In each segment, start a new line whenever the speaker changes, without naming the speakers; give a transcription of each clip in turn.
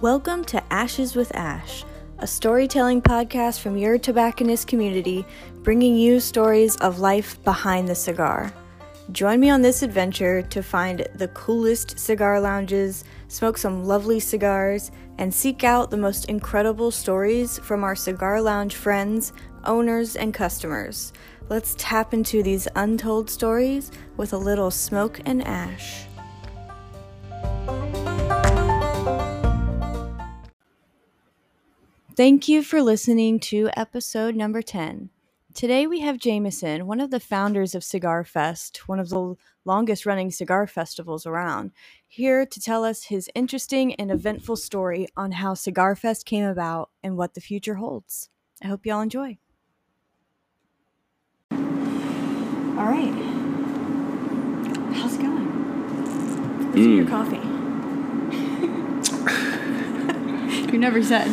Welcome to Ashes with Ash, a storytelling podcast from your tobacconist community, bringing you stories of life behind the cigar. Join me on this adventure to find the coolest cigar lounges, smoke some lovely cigars, and seek out the most incredible stories from our cigar lounge friends, owners, and customers. Let's tap into these untold stories with a little smoke and ash. Thank you for listening to episode number 10. Today we have Jameson, one of the founders of Cigar Fest, one of the longest running cigar festivals around, here to tell us his interesting and eventful story on how Cigar Fest came about and what the future holds. I hope y'all enjoy. All right. How's it going? What's in your coffee? you never said.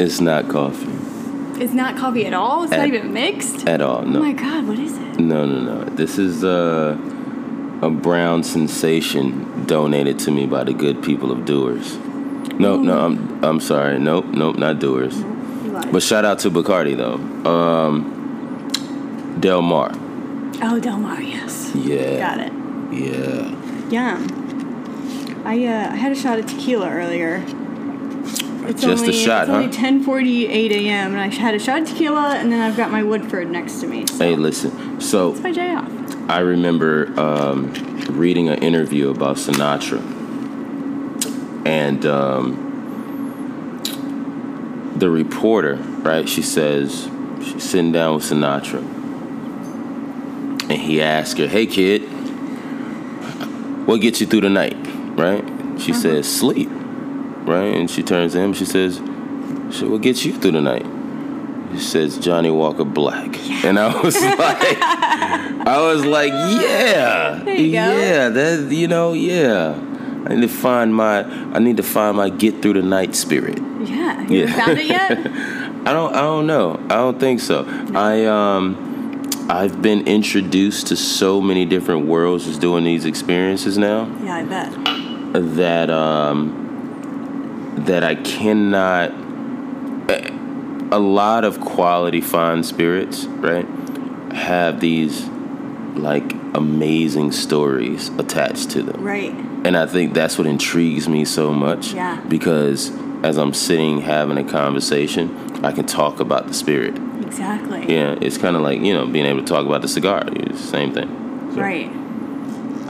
It's not coffee
It's not coffee at all. It's not
At-
even mixed.
at all.
Oh
No,
my god, what is it?
no, no, no. This is uh, a brown sensation donated to me by the good people of Doers. No, no,
Oh.
I'm I'm sorry. Nope, nope, not Doers.
You lied.
But shout out to Bacardi though. Um, Del Mar.
Oh, Del Mar, yes.
Yeah.
Got it.
Yeah.
Yum. I uh, I had a shot of tequila earlier. It's
Just a
only,
shot,
it's
huh?
only 10:48 a.m. and I had a shot of tequila, and then I've got my Woodford next to me. So
Hey, listen. So
it's my day off.
I remember um, reading an interview about Sinatra, and um, the reporter, right? She says she's sitting down with Sinatra, and he asks her, "Hey, kid, what gets you through the night?" Right? She
Uh-huh.
says, "Sleep." Right? And she turns to him. She says, "So what gets you through the night?" He says, "Johnny Walker Black," and I was like. I was like, yeah,
There you go.
yeah, that you know, yeah. I need to find my, I need to find my get through the night spirit.
Yeah. You
Yeah.
found it yet?
I don't, I don't know. I don't think so. I um, I've been introduced to so many different worlds just doing these experiences now
yeah, I bet.
that um, that I cannot. a- A lot of quality fine spirits, right, have these like amazing stories attached to them,
Right.
and I think that's what intrigues me so much.
Yeah.
Because as I'm sitting having a conversation, I can talk about the spirit.
Exactly.
Yeah, it's kind of like you know being able to talk about the cigar. It's the same thing. So-
Right.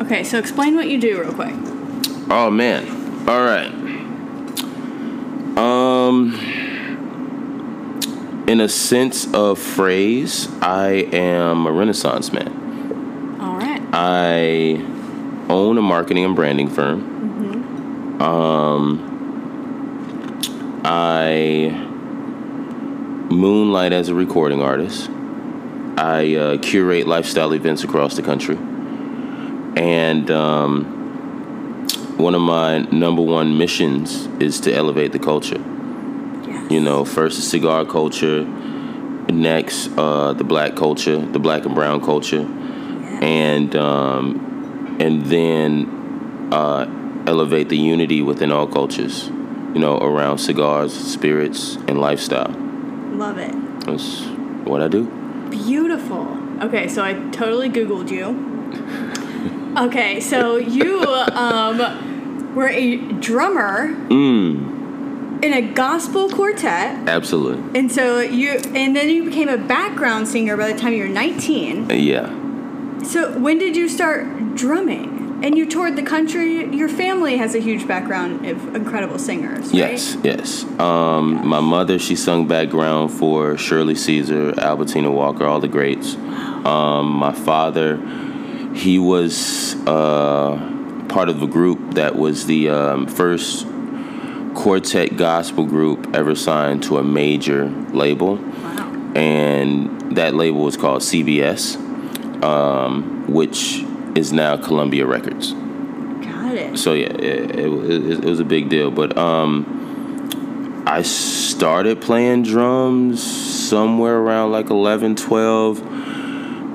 Okay, so explain what you do real quick.
Oh man. All right. Um in a sense of phrase, I am a renaissance man.
All right.
I own a marketing and branding firm. Um I moonlight as a recording artist. I uh, curate lifestyle events across the country. And um one of my number one missions is to elevate the culture.
Yes.
You know, first the cigar culture, next uh, the black culture, the black and brown culture, and um, and then uh, elevate the unity within all cultures. You know, around cigars, spirits, and lifestyle.
Love it.
That's what I do.
Beautiful. Okay, so I totally Googled you. Okay, so you um, were a drummer
Hmm.
in a gospel quartet,
Absolutely.
and so you, and then you became a background singer by the time you were 19.
Yeah.
So when did you start drumming? And you toured the country. Your family has a huge background of incredible singers. Right?
Yes, yes. Um, my mother, she sung background for Shirley Caesar, Albertina Walker, all the greats. Um, my father, he was uh, part of a group that was the um, first quartet gospel group ever signed to a major label,
Wow.
and that label was called CBS, um, which is now Columbia Records
Got it.
so yeah, it, it, it, it was a big deal. But um, I started playing drums somewhere around like 11, 12.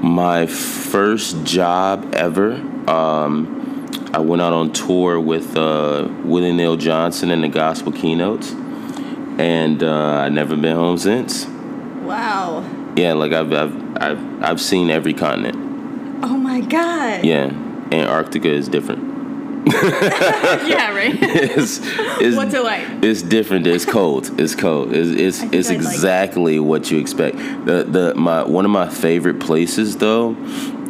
My first job ever, um, I went out on tour with uh, Willie Neil Johnson and the gospel keynotes, and uh, I've never been home since.
Wow.
Yeah, like I've I've I've, I've seen every continent.
Oh my God.
Yeah, Antarctica is different.
yeah right.
it's, it's,
What's it like?
It's different. It's cold. It's cold. It's
think
it's, it's
I'd like it.
exactly what you expect. The the my one of my favorite places though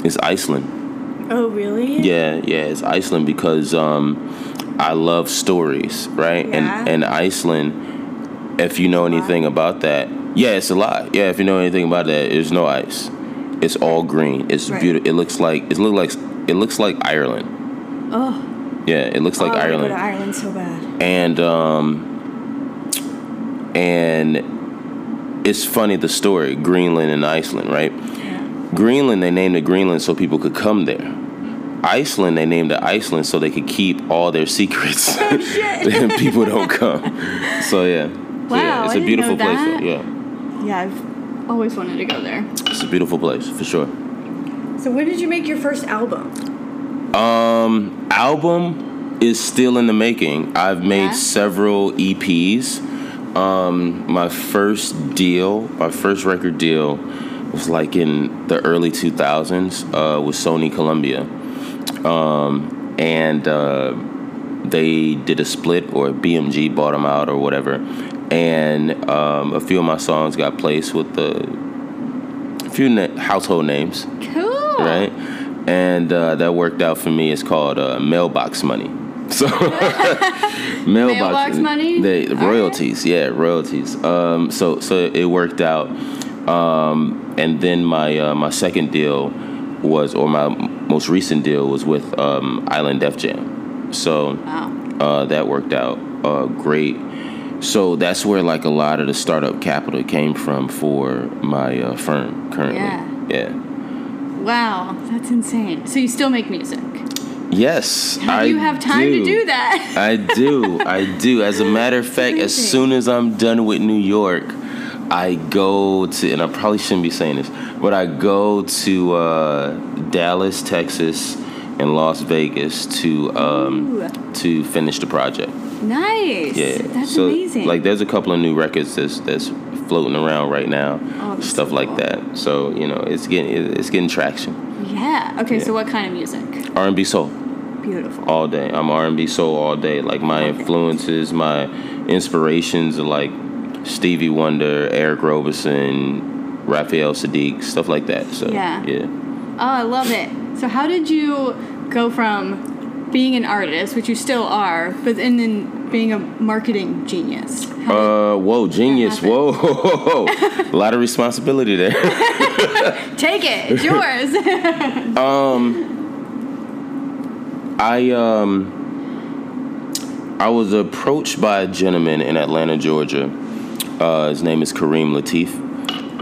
is Iceland.
oh really?
Yeah, yeah, it's Iceland because um, I love stories, right?
Yeah.
And and Iceland, if you know anything about that, yeah, it's a lot. Yeah, if you know anything about that, there's no ice. It's all green. It's
Right.
beautiful. It looks like it look like it looks like Ireland. Oh. Yeah, it looks like
oh, I wanna Go
Ireland
to Ireland so bad.
and um, and it's funny the story Greenland and Iceland, right? Greenland they named it Greenland so people could come there. Iceland they named it Iceland so they could keep all their secrets.
Oh shit.
and people don't come. So yeah. So,
Wow,
yeah,
I
it's a
didn't
beautiful
know
place.
that.
Though. Yeah.
Yeah, I've always wanted to go there.
It's a beautiful place for sure.
So when did you make your first album?
Um, album is still in the making. I've made
Yeah.
several EPs. Um, my first deal, my first record deal, was like in the early 2000s uh, with Sony Columbia, um, and uh, they did a split or BMG bought them out or whatever, and um, a few of my songs got placed with the a few na- household names
Cool.
right? And uh, that worked out for me. It's called uh, mailbox money. So mailbox,
Mailbox money?
They,
All right.
royalties, yeah, royalties. Um, so so it worked out. Um, and then my uh, my second deal was, or my most recent deal was with um, Island Def Jam. So
Wow.
uh, that worked out uh, great. So that's where like a lot of the startup capital came from for my uh, firm currently.
Yeah.
yeah.
Wow, that's insane. So you still make music?
Yes,
How
I
do you have time to do that?
I do. I do. As a matter of fact, as
Amazing.
soon as I'm done with New York, I go to, and I probably shouldn't be saying this, but I go to uh, Dallas, Texas, and Las Vegas to
Ooh.
um, to finish the project.
Nice.
Yeah,
That's
so,
amazing.
Like, there's a couple of new records that's that's floating around right now,
Oh, that's
stuff
so
like
cool.
that. So you know, it's getting it's getting traction.
yeah. Okay,
Yeah.
so what kind of music?
R&B soul.
Beautiful.
all day. I'm R&B soul all day. Like my influences, my inspirations are like Stevie Wonder, Eric Roberson, Raphael Sadiq, stuff like that. So
Yeah.
yeah.
Oh, I love it. So how did you go from being an artist, which you still are, but and then being a marketing genius? How-
Uh, whoa, genius!
happened.
Whoa, whoa, whoa, whoa. a lot of responsibility there.
Take it. It's yours.
I um, I was approached by a gentleman in Atlanta, Georgia. Uh, his name is Kareem Latif,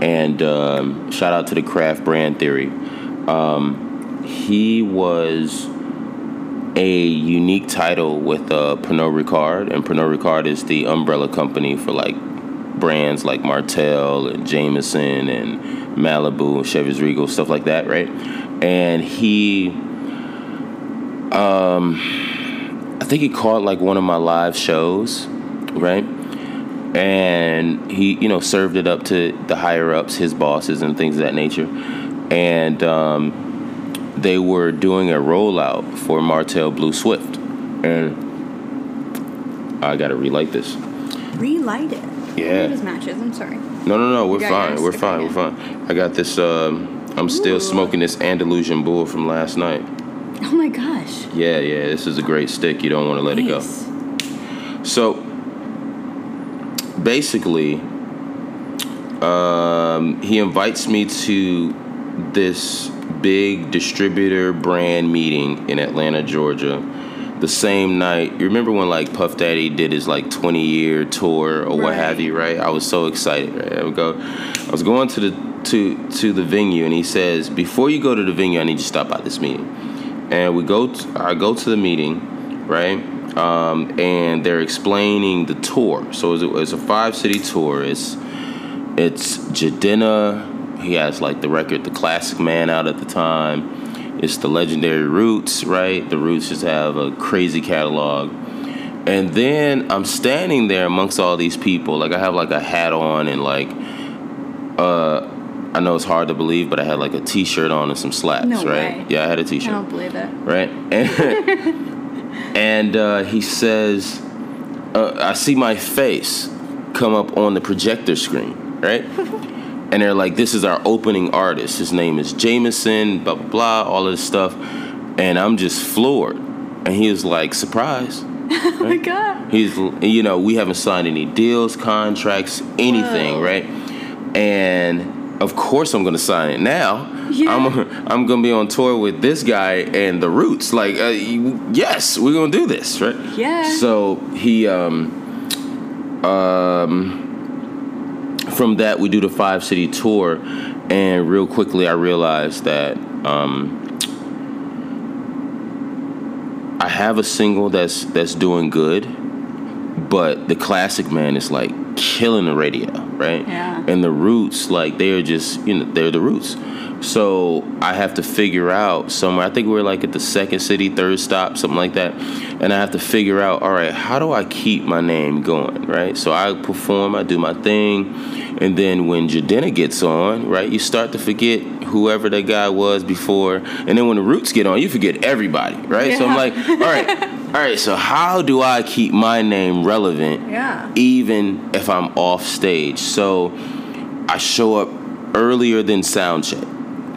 and um, shout out to the Craft Brand Theory. Um, he was a unique title with uh, Pernod Ricard, and Pernod Ricard is the umbrella company for like brands like Martell and Jameson and Malibu and Chevy's Regal stuff like that, right? And he, um, I think he called like one of my live shows, right? and he you know served it up to the higher ups his bosses and things of that nature and um, they were doing a rollout for martell blue swift and i gotta relight this
Relight it.
It
yeah
is matches. I'm sorry.
no no no we're
got your
fine we're
stick
fine
on
we're fine i got this um, i'm still
Ooh.
smoking this andalusian bull from last night
Oh my gosh.
yeah yeah this is a great stick you don't want to let it go
Nice.
So basically, um, he invites me to this big distributor brand meeting in Atlanta, Georgia. The same night, you remember when like Puff Daddy did his like 20 year tour or what
Right.
have you, right? I was so excited. Right? I would go, I was going to the to to the venue, and he says, "Before you go to the venue, I need you to stop by this meeting." and we go t- I go to the meeting, right? Um, and they're explaining the tour. So it's a, it's a five city tour. It's it's Jadena. He has like the record, the classic man out at the time. It's the legendary Roots, right? The Roots just have a crazy catalog. And then I'm standing there amongst all these people. Like I have like a hat on and like uh I know it's hard to believe, but I had like a t-shirt on and some slacks,
No
right?
way.
Yeah, I had a
I
t-shirt
don't believe it.
right? And, and uh, he says, uh, I see my face come up on the projector screen, right? and they're like, this is our opening artist. His name is Jameson, blah, blah, blah, all of this stuff. And I'm just floored. And he was like, surprise.
Oh my god.
He's, you know, we haven't signed any deals, contracts, anything,
Whoa.
right? And of course, I'm gonna sign it now.
Yeah.
I'm, I'm gonna be on tour with this guy and the Roots. Like, uh, you- yes, we're gonna do this, right?
Yeah.
So he, um, um, from that we do the five city tour, and real quickly I realized that um. I have a single that's that's doing good, but the classic man is like killing the radio, right?
Yeah.
And the roots, like they are just you know they're the roots. So I have to figure out somewhere. I think we're like at the second city, third stop, something like that. And I have to figure out, all right, how do I keep my name going, right? So I perform, I do my thing, and then when Jadena gets on, right, you start to forget whoever that guy was before, and then when the Roots get on, you forget everybody, right? So I'm
Yeah.
like, all right, all right. So how do I keep my name relevant?
Yeah.
even if I'm off stage. So I show up earlier than sound check.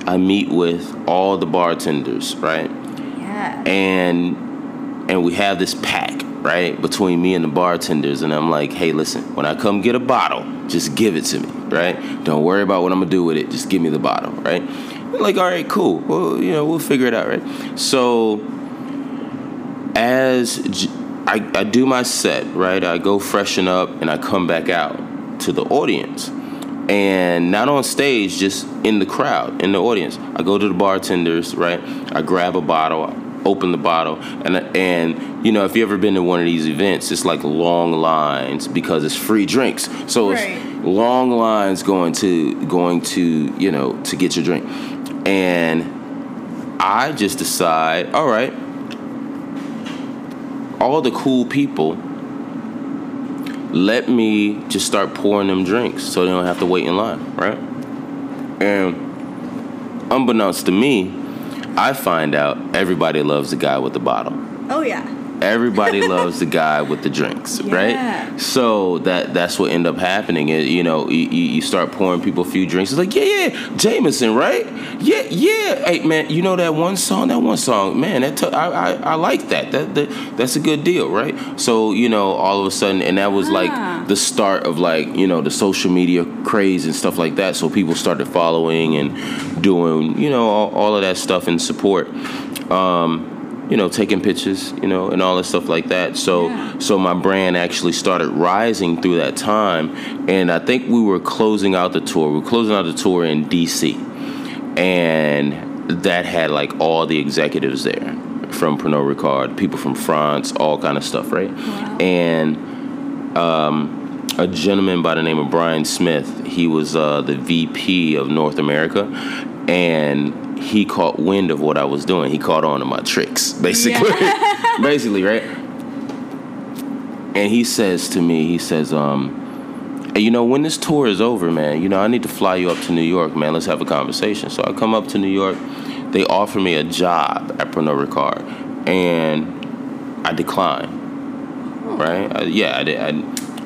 I meet with all the bartenders, right?
Yeah.
And and we have this pack, right, between me and the bartenders. And I'm like, hey, listen, when I come get a bottle, just give it to me, right? Don't worry about what I'm gonna do with it. Just give me the bottle, right? They're Like, all right, cool. Well, you know, we'll figure it out, right? So as j- I, I do my set, right? I go freshen up and I come back out to the audience. And not on stage, just in the crowd, in the audience. I go to the bartenders, right? I grab a bottle, I open the bottle, and and you know, if you've ever been to one of these events, it's like long lines because it's free drinks. So
Right.
it's long lines going to going to you know to get your drink and i just decide all right all the cool people let me just start pouring them drinks so they don't have to wait in line right and unbeknownst to me i find out everybody loves the guy with the bottle
Oh yeah.
everybody loves the guy with the drinks
Yeah.
right so that that's what end up happening It- you know you, you you start pouring people a few drinks it's like yeah yeah jameson right yeah yeah hey man you know that one song that one song man that t- I, I, I like that. that that that's a good deal right so you know all of a sudden and that was
Ah.
like the start of like you know the social media craze and stuff like that so people started following and doing you know all, all of that stuff in support you know, taking pictures, you know, and all that stuff like that. So,
Yeah.
so my brand actually started rising through that time, and I think we were closing out the tour. We were closing out the tour in D.C., and that had like all the executives there from Pernod Ricard, people from France, all kind of stuff, right? And a gentleman by the name of Brian Smith. He was uh, the VP of North America, and he caught wind of what I was doing. He caught on to my tricks, basically. basically, right? And he says to me, he says, um, "Hey, you know, when this tour is over, man, you know, I need to fly you up to New York, man. Let's have a conversation. So I come up to New York. They offer me a job at Pernod Ricard, and I decline right? I, yeah, I did. I,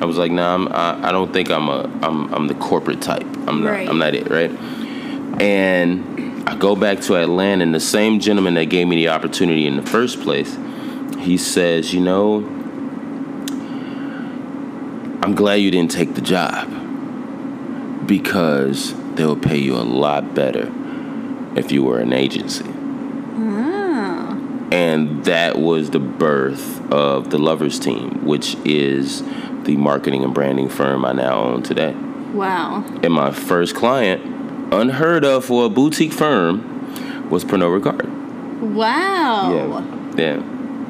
I was like, nah, I'm, I, I don't think I'm a, I'm, I'm the corporate type. I'm not,
Right.
I'm not it, right? And I go back to Atlanta, and the same gentleman that gave me the opportunity in the first place, he says, you know, I'm glad you didn't take the job because they'll pay you a lot better if you were an agency.
Oh.
And that was the birth of the Lovers Team, which is the marketing and branding firm I now own today.
Wow.
And my first client, unheard of for a boutique firm, was Pernod Ricard.
Wow.
Yeah. Yeah.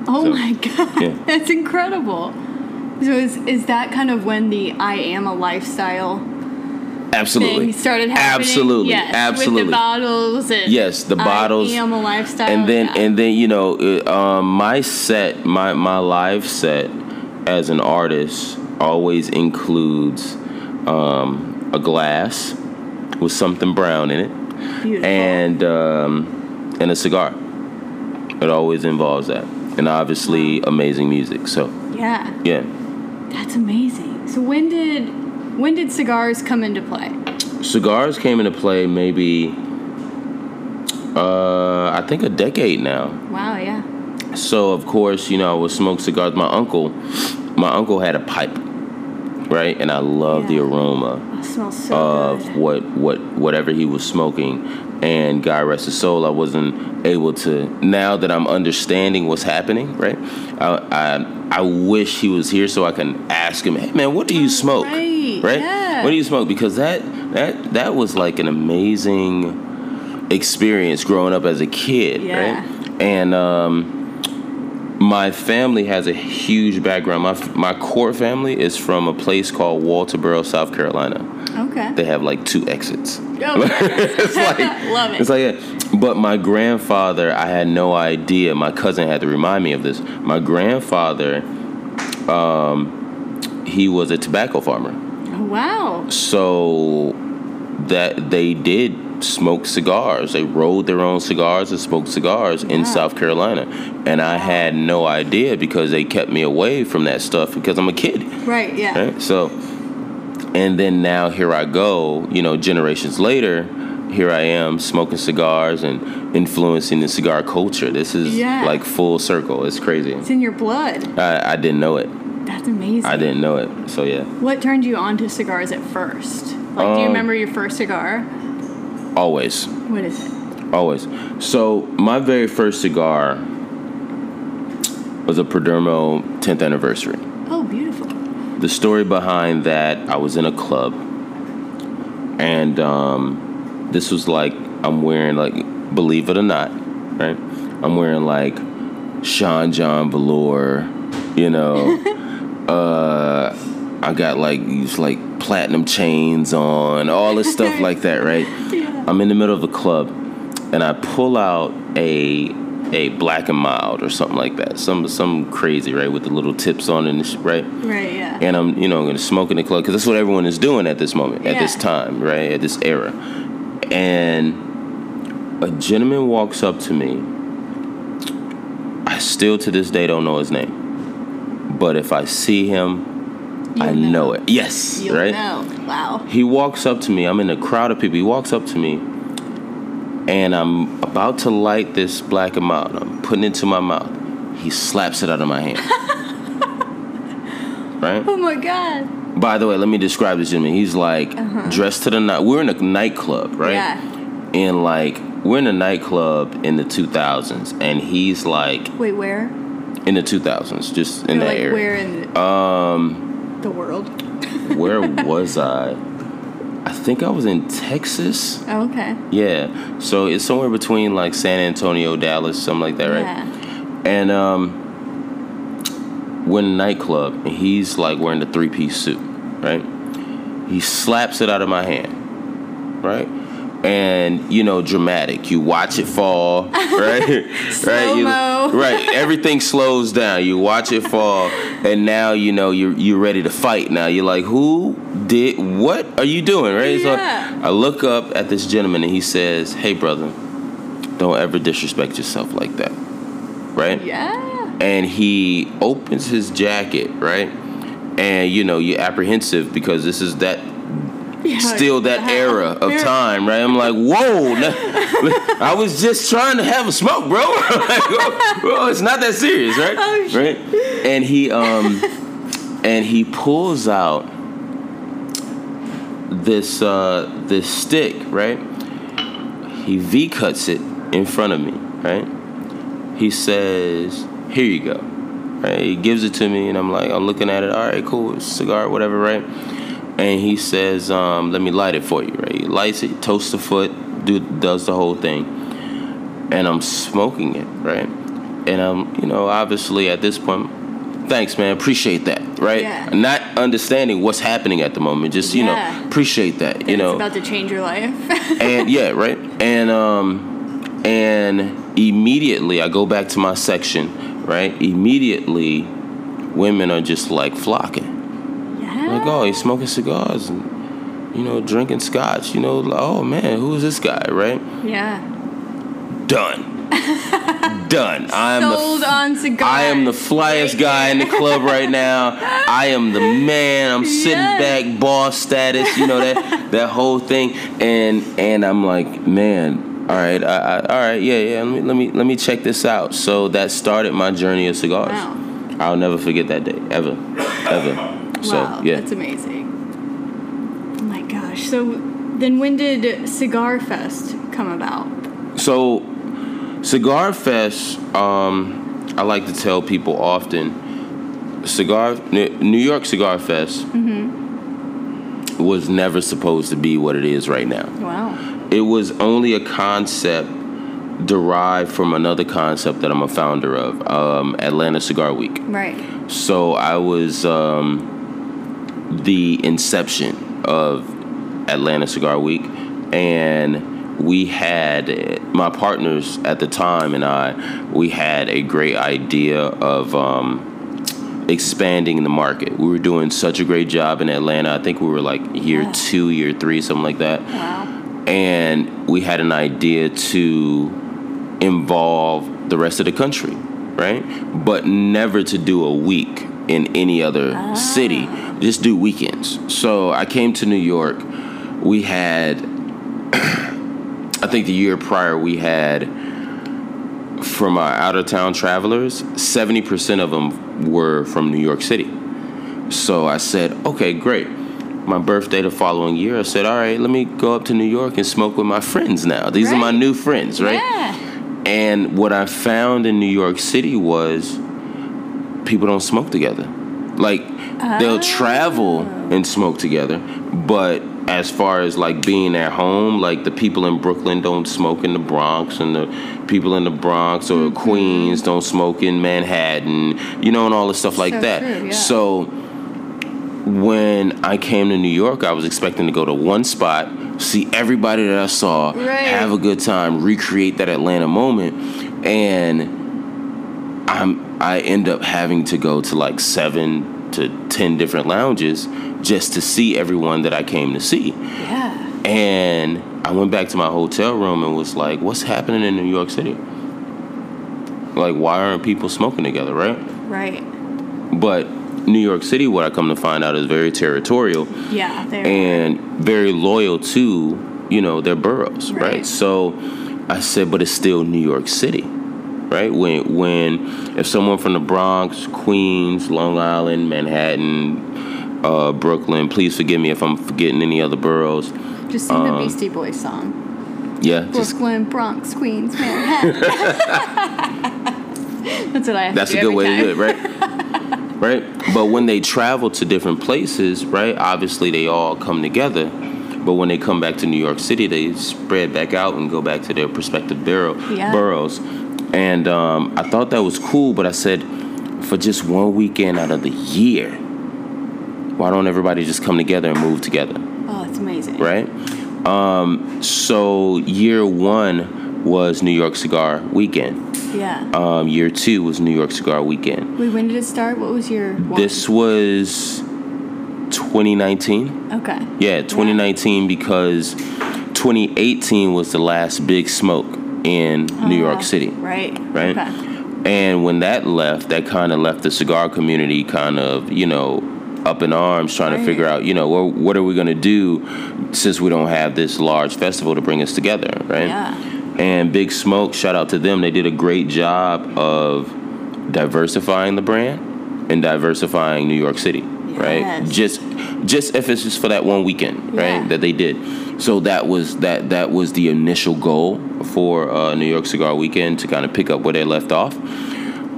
Oh
So-
my god.
Yeah.
That's incredible. So is is that kind of when the I am a lifestyle
Absolutely.
thing started happening.
Absolutely,
Yes, With
absolutely.
the bottles and
Yes, the bottles.
I am a lifestyle.
and then
yeah.
and then you know it, um, my set my my live set as an artist always includes um, a glass with something brown in it
Beautiful.
and um, and a cigar it always involves that and obviously amazing music so
yeah,
yeah
that's amazing. So when did when did cigars come into play?
cigars came into play maybe uh, I think a decade now
Wow, yeah.
So of course, you know, I would smoke cigars. My uncle, my uncle had a pipe, right? And I love the
Yeah.
aroma
Oh, it smells so
of
good.
what what whatever he was smoking. And God rest his soul, I wasn't able to. Now that I'm understanding what's happening, right? I I, I wish he was here so I can ask him, hey man, what do you smoke?
Oh, right, yeah.
What do you smoke? Because that that that was like an amazing experience growing up as a kid,
Yeah.
right? And um, my family has a huge background. My f- my core family is from a place called Walterboro, South Carolina.
Okay.
They have like two exits.
Okay.
it's like
Love it.
It's like yeah. But my grandfather, I had no idea. My cousin had to remind me of this. My grandfather, um, he was a tobacco farmer
wow.
so that they did smoke cigars they rolled their own cigars and smoked cigars in south carolina and i had no idea because they kept me away from that stuff because i'm a kid
Right. Yeah.
right so and then now here i go you know generations later here i am smoking cigars and influencing the cigar culture this is
Yeah.
like full circle it's crazy
It's in your blood.
I, I didn't know it
That's amazing.
i didn't know it so yeah
What turned you on to cigars at first? Like,
Um,
do you remember your first cigar?
always
What is it?
Always. So my very first cigar was a Perdermo 10th anniversary.
Oh, beautiful.
The story behind that, I was in a club, and um, this was like I'm wearing like, believe it or not, right? I'm wearing like Sean John Velour, you know. uh, I got like these like platinum chains on, all this stuff like that, right? I'm in the middle of a club, and I pull out a a black and mild or something like that, some some crazy, right, with the little tips on and sh- right
Right, yeah.
and I'm you know going to smoke in the club because that's what everyone is doing at this moment, at this
Yeah.
time, right, at this era. And a gentleman walks up to me. I still to this day don't know his name, but if I see him, I know. it. Yes,
You'll
right.
know. Wow.
He walks up to me. I'm in a crowd of people. He walks up to me, and I'm about to light this black and mild. I'm putting it to my mouth. He slaps it out of my hand. right.
Oh my god.
By the way, let me describe this gentleman. He's like dressed to the night. We're in a nightclub, right?
Uh-huh. Yeah.
And like we're in a nightclub in the 2000s, and he's like
Wait, where?
in the 2000s, just in Um,
You're
that
like,
area.
where in the, the world?
Where was I? I think I was in Texas.
Oh, okay.
Yeah. So it's somewhere between like San Antonio, Dallas, something like that, right?
Yeah.
And um, we're in a nightclub, and he's like wearing the three piece suit, right? He slaps it out of my hand, right? And you know, dramatic. You watch it fall, right? right? You-
Slow-mo.
right. Everything slows down. You watch it fall, and now you know you're you're ready to fight. Now you're like, who did what? Are you doing right?
Yeah.
So I look up at this gentleman, and he says, "Hey, brother, don't ever disrespect yourself like that." Right?
Yeah.
and he opens his jacket, right? And you know, you're apprehensive because this is that
Yeah,
still that
yeah.
era of
You're-
time, right? I'm like, whoa, no- I was just trying to have a smoke, bro. Like, whoa, bro, it's not that serious, right?
Oh, shit.
right? And he um and he pulls out this uh this stick, right? He V cuts it in front of me, right? He says, Here you go. Right? He gives it to me and I'm like, I'm looking at it, all right, cool, it's a cigar, whatever, right? And he says, um, let me light it for you, right? He lights it, toasts the foot, do does the whole thing. And I'm smoking it, right? And I'm, you know, obviously at this point, thanks, man. Appreciate that, right?
Yeah.
Not understanding what's happening at the moment. Just you
Yeah.
know, appreciate that. You
it's
know,
about to change your life.
and yeah, right. And um, and immediately I go back to my section, right? Immediately, women are just like flocking.
yeah.
Like, oh, he's smoking cigars and you know drinking scotch. You know, like, oh man, who's this guy, right?
Yeah.
Done. Done. I'm
Sold
the.
on cigars.
I am the flyest guy in the club right now. I am the man. I'm sitting
Yes.
back, boss status. You know that that whole thing, and and I'm like, man, all right, I, I, all right, yeah, yeah. Let me let me let me check this out. So that started my journey of cigars.
Wow.
I'll never forget that day, ever, ever. So
wow,
yeah,
that's amazing. Oh my gosh. So then when did Cigar Fest come about?
So, Cigar Fest, um, I like to tell people often, Cigar N- New York Cigar Fest was never supposed to be what it is right now.
Wow.
It was only a concept derived from another concept that I'm a founder of, um, Atlanta Cigar Week.
Right.
So I was um, the inception of Atlanta Cigar Week, and we had my partners at the time and I. We had a great idea of um, expanding the market. We were doing such a great job in Atlanta. I think we were like year
Yeah.
two, year three, something like that
Wow.
and we had an idea to involve the rest of the country, right? But never to do a week in any other city, just do weekends. So I came to New York. We had, I think the year prior, we had from our out of town travelers, 70% of them were from New York City. So I said, okay, great. My birthday the following year, I said, all right, let me go up to New York and smoke with my friends now. These are my
Right.
new friends, right?
Yeah.
And what I found in New York City was people don't smoke together. Like
Ah.
they'll travel and smoke together, but as far as like being at home, like the people in Brooklyn don't smoke in the Bronx, and the people in the Bronx or
Mm-hmm.
Queens don't smoke in Manhattan, you know, and all this stuff like
So
that.
true, yeah.
So when I came to New York, I was expecting to go to one spot, see everybody that I saw,
Right.
have a good time, recreate that Atlanta moment, and I'm I end up having to go to like seven to ten different lounges just to see everyone that I came to see.
Yeah.
And I went back to my hotel room and was like, "What's happening in New York City? Like, why aren't people smoking together, right?"
Right.
But New York City, what I come to find out, is very territorial
Yeah. There.
and very loyal to you know their boroughs right.
Right.
so i said but it's still new york city right when when if someone from the bronx queens long island manhattan uh, brooklyn please forgive me if i'm forgetting any other boroughs
Just sing the Beastie Boys song.
yeah um, just,
Brooklyn, Bronx, Queens, Manhattan. That's what I have
that's
to
a
do
good
every
way
time.
to do it right right but when they travel to different places right obviously they all come together but when they come back to new york city they spread back out and go back to their prospective borough
Yeah.
boroughs and um, i thought that was cool but i said for just one weekend out of the year why don't everybody just come together and move together
Oh, it's amazing.
right? Um, so year one was New York Cigar Weekend.
Yeah.
Um, year two was New York Cigar Weekend.
Wait, when did it start? What was your one?
This was 2019.
Okay.
Yeah, 2019 because 2018 was the last big smoke in New
Ah,
York City.
Right.
right?
Okay.
And when that left, that kind of left the cigar community kind of, you know, up in arms trying to
Right.
figure out, you know, well, what are we going to do since we don't have this large festival to bring us together, right?
Yeah.
And Big Smoke, shout out to them, they did a great job of diversifying the brand and diversifying New York City, right?
Yes.
Just just if it's just for that one weekend, right?
Yeah.
That they did. So that was that that was the initial goal for uh, New York Cigar Weekend to kind of pick up where they left off.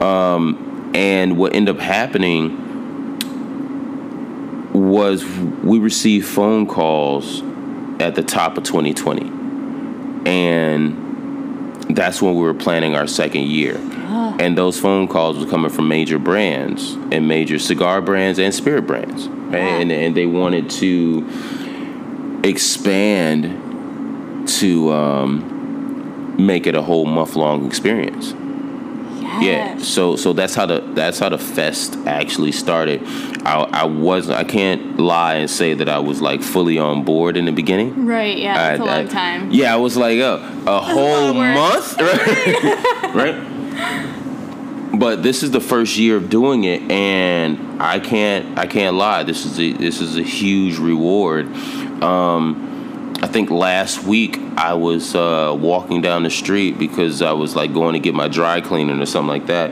Um, and what ended up happening was we received phone calls at the top of 2020, and that's when we were planning our second year. And those phone calls were coming from major brands and major cigar brands and spirit brands. right?
Wow.
And, and they wanted to expand to um, make it a whole month long experience. Yeah.
Yes.
So so that's how the that's how the fest actually started. I I was I can't lie and say that I was like fully on board in the beginning.
Right. Yeah. It's a
I- I-
long time.
Yeah, I was like, oh, a whole
of work.
month, right? right? But this is the first year of doing it, and I can't, I can't lie. This is a, this is a huge reward. Um, I think last week I was uh, walking down the street because I was like going to get my dry cleaning or something like that,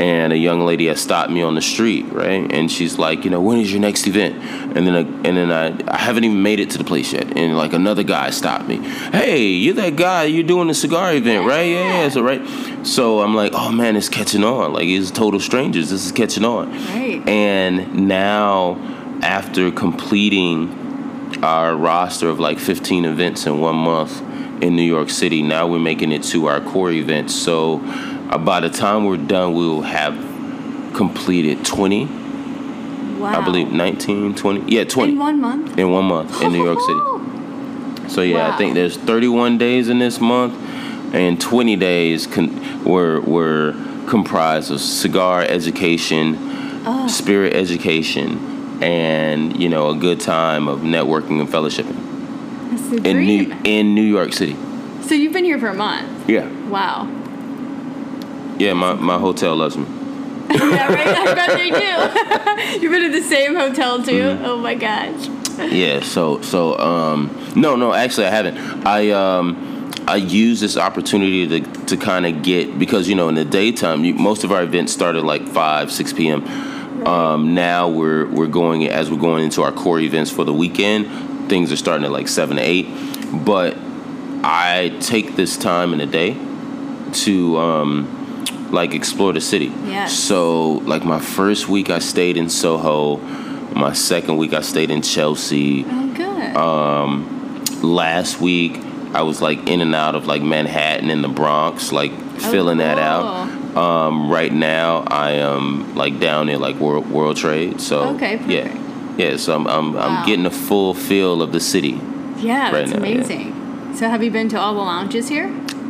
and a young lady had stopped me on the street, right? And she's like, you know, when is your next event? And then, I, and then I, I haven't even made it to the place yet, and like another guy stopped me. Hey, you're that guy. You're doing the cigar event, right? Yeah, yeah. So right, so I'm like, oh man, it's catching on. Like it's total strangers. This is catching on.
Right.
And now, after completing our roster of like 15 events in one month in New York City. Now we're making it to our core events. So uh, by the time we're done, we will have completed 20,
Wow.
I believe 19, 20. Yeah, 20
In one month. Oh,
in one month in New York City. So yeah,
Wow.
I think there's 31 days in this month, and 20 days con- were were comprised of cigar education,
Oh.
spirit education, and you know a good time of networking and fellowshipping
That's the
in
dream.
New in New York City.
so you've been here for a month.
Yeah,
Wow.
yeah. My my hotel loves me.
yeah, right. I bet they do. You've been at the same hotel too.
Mm-hmm.
Oh my gosh.
Yeah. So so um no no actually I haven't. I um I use this opportunity to to kind of get because you know in the daytime you, most of our events start at like five six p.m. Um, now we're we're going as we're going into our core events for the weekend. Things are starting at like seven to eight, but I take this time in the day to um like explore the city.
Yes.
So like my first week I stayed in Soho, my second week I stayed in Chelsea.
Oh, good.
Uh, Last week I was like in and out of like Manhattan and the Bronx, like
Oh,
filling that out. Um, right now I am like down in like World, World Trade. So
Okay, perfect.
yeah. Yeah, so I'm I'm,
Wow.
I'm getting a full feel of the city.
yeah,
right
that's
now, yeah.
amazing. So have you been to all the lounges here?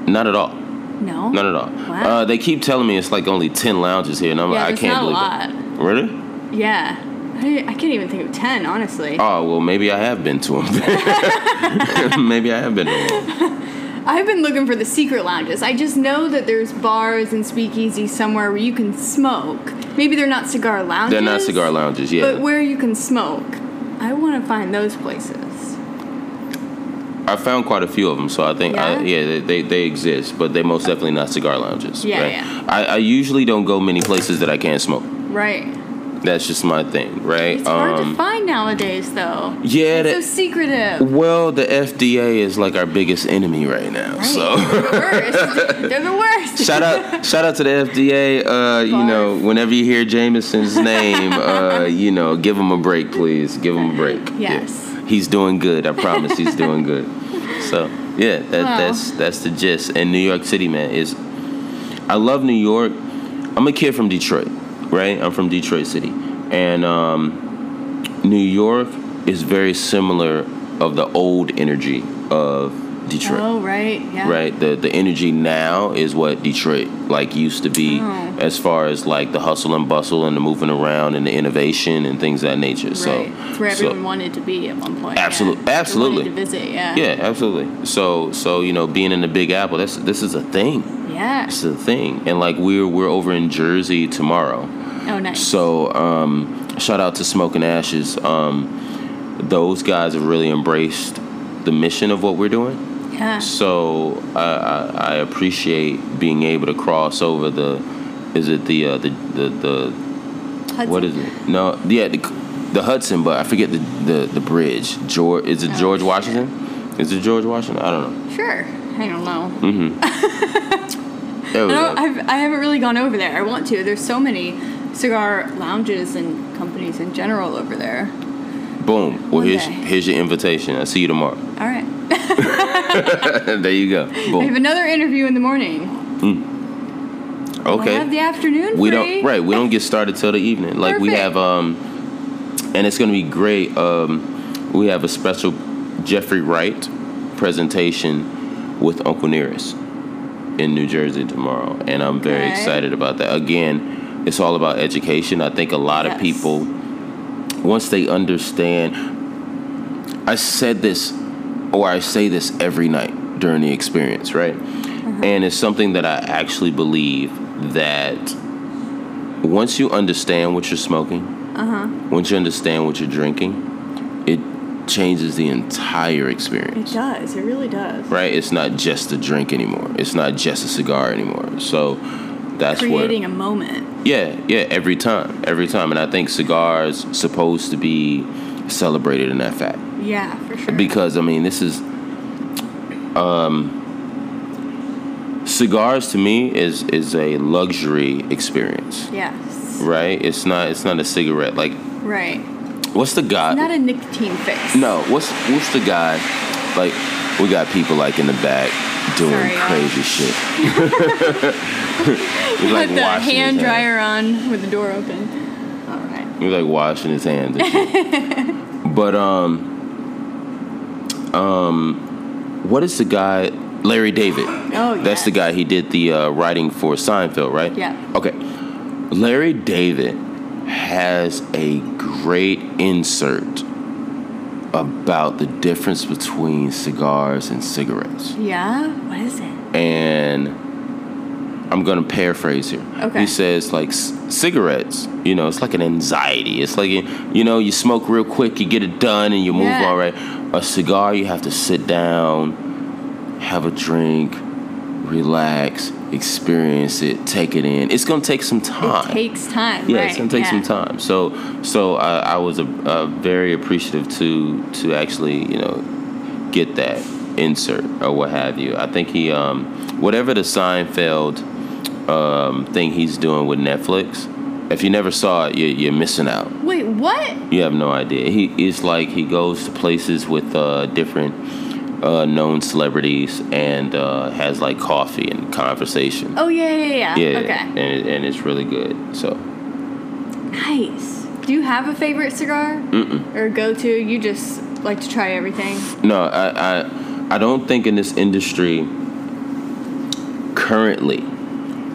Not at all.
No.
Not at all.
Wow.
Uh, they keep telling me it's like only ten lounges here, and I'm
Yeah,
like, I
there's
can't
not a
believe
lot.
it. Really?
Yeah. I, I can't even think of ten, honestly.
Oh well, maybe I have been to them. maybe I have been to them.
I've been looking for the secret lounges. I just know that there's bars and speakeasies somewhere where you can smoke. Maybe they're not cigar lounges.
They're not cigar lounges, yeah.
But where you can smoke. I want to find those places.
I found quite a few of them, so I think yeah,
Yeah?
I, yeah they, they they exist, but they're most definitely not cigar lounges.
Yeah,
right?
yeah.
I, I usually don't go many places that I can't smoke.
Right.
That's just my thing, right?
It's hard to find nowadays, though.
um, yeah,
It's so
that-
secretive.
well, the FDA is like our biggest enemy right now. So
They're the worst. They're the worst.
shout out, shout out to the FDA. Uh, you
Barf.
know, whenever you hear Jameson's name, uh, you know, give him a break, please. Give him a break. Yeah.
Yes.
he's doing good. I promise, he's doing good. So yeah, that,
Wow.
that's that's the gist. And New York City, man, is I love New York. I'm a kid from Detroit, right? I'm from Detroit City, and um, New York is very similar of the old energy of Detroit
Oh, right. Yeah.
right the the energy now is what detroit like used to be
Oh.
as far as like the hustle and bustle and the moving around and the innovation and things of that nature so
Right. It's where
so-
everyone wanted to be at one point. Yeah.
Absolute-
They wanted
absolutely.
To visit, yeah.
yeah absolutely so so you know being in the big apple that's this is a thing
Yeah.
this is a thing and like we're we're over in jersey tomorrow
Oh, nice.
so um shout out to smoke and ashes um those guys have really embraced the mission of what we're doing
yeah.
So I, I, I appreciate being able to cross over the, is it the uh, the, the the
Hudson.
what is it? No, yeah, the, the Hudson, but I forget the the, the bridge. George is it
Oh,
George
shit.
Washington? Is it George Washington? I don't know.
Sure. I don't know.
There we
I, don't,
go.
I've, I haven't really gone over there. I want to. There's so many cigar lounges and companies in general over there.
Boom. Well,
One
here's
day.
here's your invitation. I see you tomorrow.
All right.
there you go.
I have
Boom.
another interview in the morning. I have the
Okay.
afternoon
We
free.
don't right. We don't get started till the evening. Like we
Perfect.
have um, and it's gonna be great. Um, we have a special Jeffrey Wright presentation with Uncle Nearest in New Jersey tomorrow, and I'm very
Okay.
excited about that. Again, it's all about education. I think a lot
Yes.
of people once they understand i said this or i say this every night during the experience right
Uh-huh.
and it's something that i actually believe that once you understand what you're smoking
Uh-huh.
once you understand what you're drinking it changes the entire experience
It does. It really does.
right it's not just a drink anymore it's not just a cigar anymore so that's what
Creating a moment.
yeah, yeah, every time, every time, and I think cigars supposed to be celebrated in that fact
Yeah, for sure.
because I mean this is, um, cigars to me is is a luxury experience,
yes.
right? It's not it's not a cigarette. Like,
Right.
what's the guy?
Not a nicotine fix.
no, what's what's the guy? Like, we got people like in the back doing
Sorry, y'all.
crazy shit. He's, like,
Put the
washing his
hand
hands.
dryer on with the door open. All right.
He was like washing his hands and shit. but um um what is the guy Larry David.
Oh,
That's the
yes.
guy he did the uh, writing for Seinfeld, right?
Yeah.
Okay. Larry David has a great insert about the difference between cigars and cigarettes
Yeah. What is it?
and I'm gonna paraphrase here.
Okay.
He says like c- cigarettes, you know, it's like an anxiety. It's like you, you know, you smoke real quick, you get it done, and you move
Yeah.
on. Right. A cigar, you have to sit down, have a drink, relax, experience it, take it in. It's gonna take some time.
It takes time.
Uh-huh. Yeah,
right.
it's gonna take
yeah.
some time. So, so I, I was a, uh very appreciative to to actually you know get that insert or what have you. I think he um whatever the Seinfeld um thing he's doing with Netflix. If you never saw it, you're, you're missing out.
Wait, what?
You have no idea. He it's like he goes to places with uh, different uh, known celebrities and uh, has like coffee and conversation.
Oh yeah, yeah, yeah.
Yeah, and
Okay.
it, and it's really good. So
Nice. Do you have a favorite cigar or go to? You just like to try everything.
No, I, I I don't think in this industry currently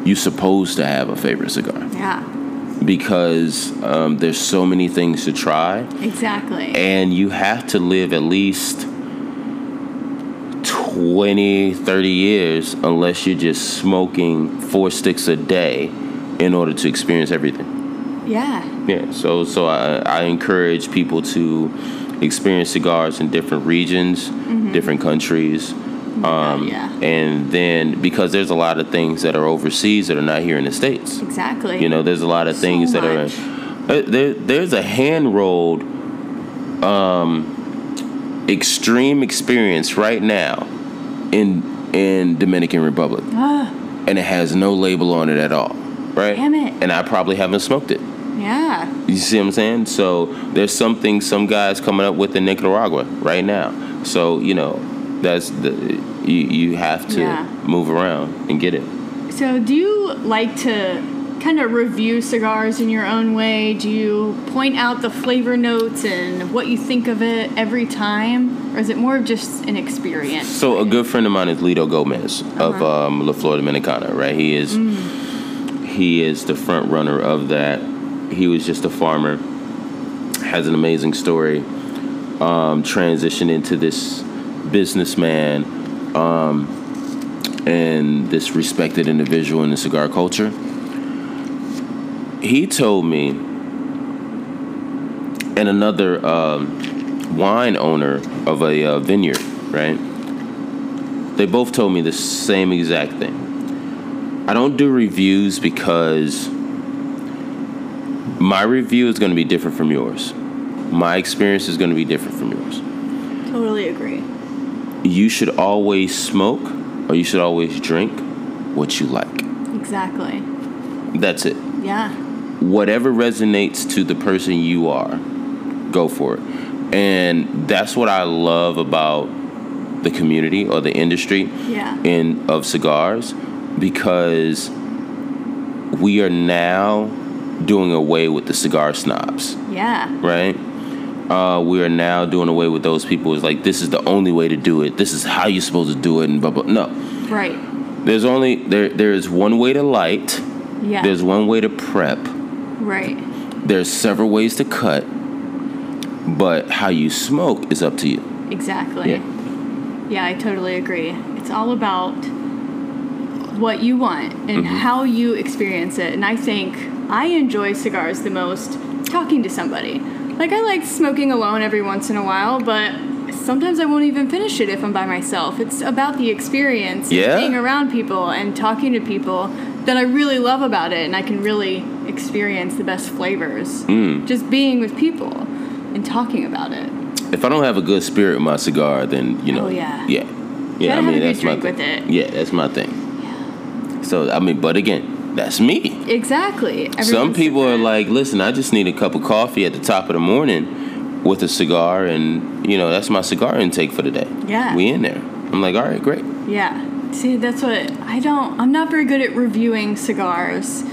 you're supposed to have a favorite cigar
Yeah.
because um, there's so many things to try
Exactly.
and you have to live at least 20 30 years unless you're just smoking four sticks a day in order to experience everything
yeah.
yeah, so so I, I encourage people to experience cigars in different regions,
Mm-hmm.
different countries, um,
yeah.
and then because there's a lot of things that are overseas that are not here in the states.
Exactly.
You know, there's a lot of
So
things that are.
much.
Uh, there, there's a hand rolled, um, extreme experience right now in in Dominican Republic,
Ah.
and it has no label on it at all, right?
Damn it.
And I probably haven't smoked it.
Yeah.
You see what I'm saying? So there's something some guys coming up with in Nicaragua right now. So you know, that's the you, you have to
Yeah.
move around and get it.
So, do you like to kind of review cigars in your own way? Do you point out the flavor notes and what you think of it every time, or is it more of just an experience?
So a good friend of mine is Lito Gomez of um, La Flor Dominicana, right? He is he is the front runner of that. He was just a farmer, has an amazing story. Um, transitioned into this businessman um, and this respected individual in the cigar culture. He told me, and another um, wine owner of a uh, vineyard, right? They both told me the same exact thing. I don't do reviews because my review is going to be different from yours. My experience is going to be different from yours.
Totally agree.
You should always smoke or you should always drink what you like.
Exactly.
That's it.
Yeah.
Whatever resonates to the person you are, go for it. And that's what I love about the community or the industry
Yeah.
in of cigars because we are now doing away with the cigar snobs,
Yeah.
right? Uh, we are now doing away with those people. It's like this is the only way to do it. This is how you're supposed to do it, and blah blah. No,
Right.
there's only there. There is one way to light.
Yeah.
There's one way to prep.
right.
There's several ways to cut, but how you smoke is up to you.
Exactly.
Yeah.
Yeah, I totally agree. It's all about what you want and
Mm-hmm.
how you experience it. And I think I enjoy cigars the most talking to somebody. Like, I like smoking alone every once in a while, but sometimes I won't even finish it if I'm by myself. It's about the experience, and
Yeah.
being around people and talking to people that I really love about it, and I can really experience the best flavors
Mm.
just being with people and talking about it.
If I don't have a good spirit in my cigar, then you know,
Oh, yeah.
yeah, yeah.
Gotta
I
have a
mean,
good
that's my
drink
thing.
with it.
Yeah, that's my thing. So I mean, but again, that's me.
Exactly. Everyone's
Some people are
different.
like, listen, I just need a cup of coffee at the top of the morning with a cigar, and you know, that's my cigar intake for the day.
Yeah.
we in there. I'm like, all right, great.
yeah. See, that's what I don't. I'm not very good at reviewing cigars,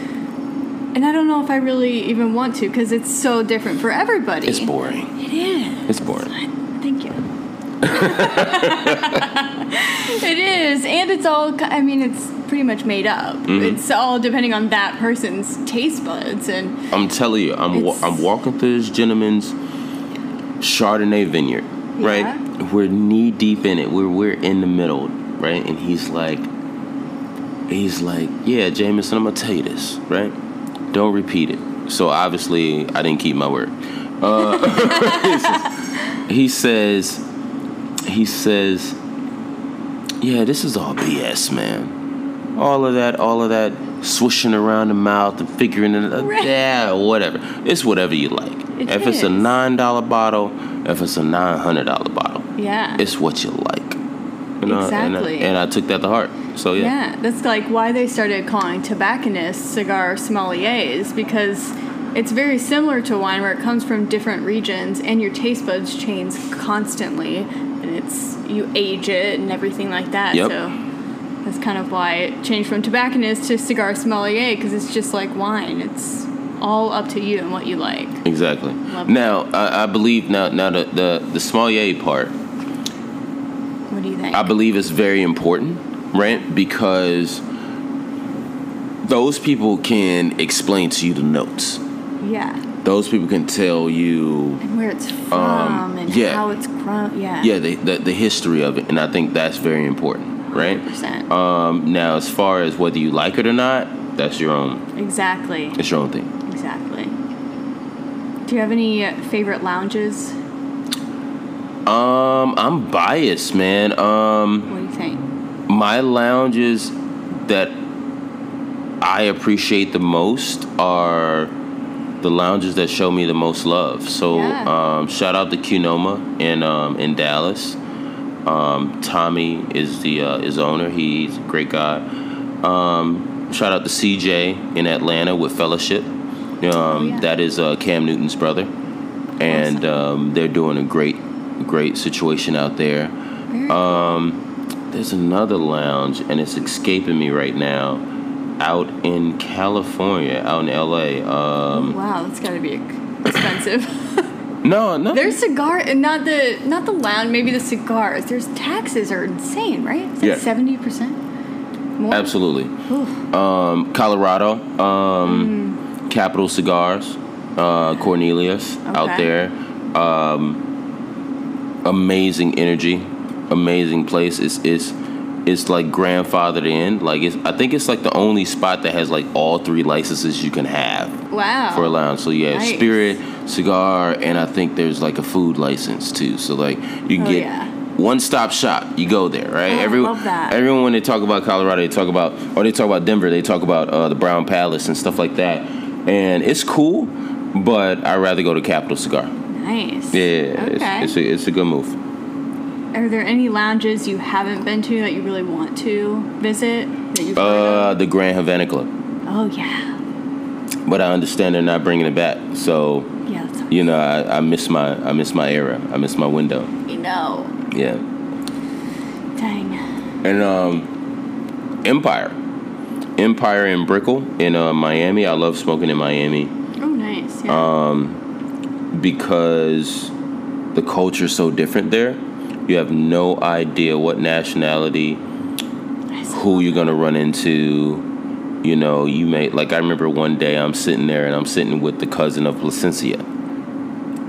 and I don't know if I really even want to because it's so different for everybody.
It's boring.
It is.
It's boring.
Thank you. it is, and it's all. ki- I mean, it's pretty much made up.
Mm-hmm.
It's all depending on that person's taste buds, and
I'm telling you, I'm wa-
It's-
I'm walking through this gentleman's Chardonnay vineyard,
Yeah.
right? We're knee deep in it. We're we're in the middle, right? And he's like, he's like, yeah, Jameson, I'm gonna tell you this, right? Don't repeat it. So obviously, I didn't keep my word. Uh, he says, he says, yeah, this is all BS, man. All of that, all of that swishing around the mouth and figuring it out.
Right.
Yeah, whatever. It's whatever you like.
It
if it's a
is.
nine dollar bottle, if it's a nine hundred dollar bottle,
yeah.
it's what you like. You know, and I-
Exactly.
And I, took that to heart. So yeah.
Yeah, that's like why they started calling tobacconists cigar sommeliers because it's very similar to wine where it comes from different regions and your taste buds change constantly and it's you age it and everything like that.
Yep.
So that's kind of why it changed from tobacconist to cigar sommelier because it's just like wine. It's all up to you and what you like.
Exactly.
Love
now I, I believe now now the the, the sommelier part
What do you think?
I believe is very important, right? Because those people can explain to you the notes.
yeah.
Those people can tell you
And where it's from and
Um, yeah.
how it's grown. Yeah.
yeah the, the, the history of it and i think that's very important right
100%.
um, now as far as whether you like it or not that's your own
Exactly.
it's your own thing
Exactly. Do you have any uh, favorite lounges?
um i'm biased man um
What do you think?
my lounges that i appreciate the most are the lounges that show me the most love so
Yeah.
um, shout out to qnoma in um, in dallas um, tommy is the uh, is the owner he's a great guy um, shout out to cj in atlanta with fellowship um,
Oh, yeah.
that is uh, cam newton's brother and um, they're doing a great great situation out there Um,
Very
there's another lounge, and it's escaping me right now. Out in California, out in LA. Um,
cool. wow, that's got to be ex- expensive.
no, no.
There's cigar and not the not the lounge, maybe the cigars. There's taxes are insane, right? It's
Yeah.
like seventy percent more.
absolutely.
Oof. Mm.
Um, Colorado, um, Capital Cigars, uh, Cornelius out
Okay.
there. Um, amazing energy, amazing place. It's it's it's like grandfathered in. Like it's, I think it's like the only spot that has like all three licenses you can have.
Wow.
for a lounge. So yeah,
Nice.
spirit, cigar, and I think there's like a food license too. So like you can
Oh,
get
yeah.
one stop shop. You go there, right?
Oh, I
Everyone,
love that.
everyone when they talk about Colorado, they talk about or they talk about Denver, they talk about uh, the Brown Palace and stuff like that. And it's cool, but I'd rather go to Capital Cigar.
nice.
Yeah, yeah,
Okay.
it's, it's, a, it's a good move.
are there any lounges you haven't been to that you really want to visit? That you've
Uh,
heard of?
the Grand Havana Club,
Oh yeah.
but I understand they're not bringing it back. So
Yeah. That's
you know, I, I miss my I miss my era. I miss my window.
you know.
Yeah.
Dang.
and um, Empire, Empire in Brickell in uh, Miami. I love smoking in Miami
Oh, nice. Yeah.
Uh, because the culture's so different there. You have no idea what nationality,
Nice.
who you're gonna run into. You know, you may like. I remember one day I'm sitting there and I'm sitting with the cousin of Placencia.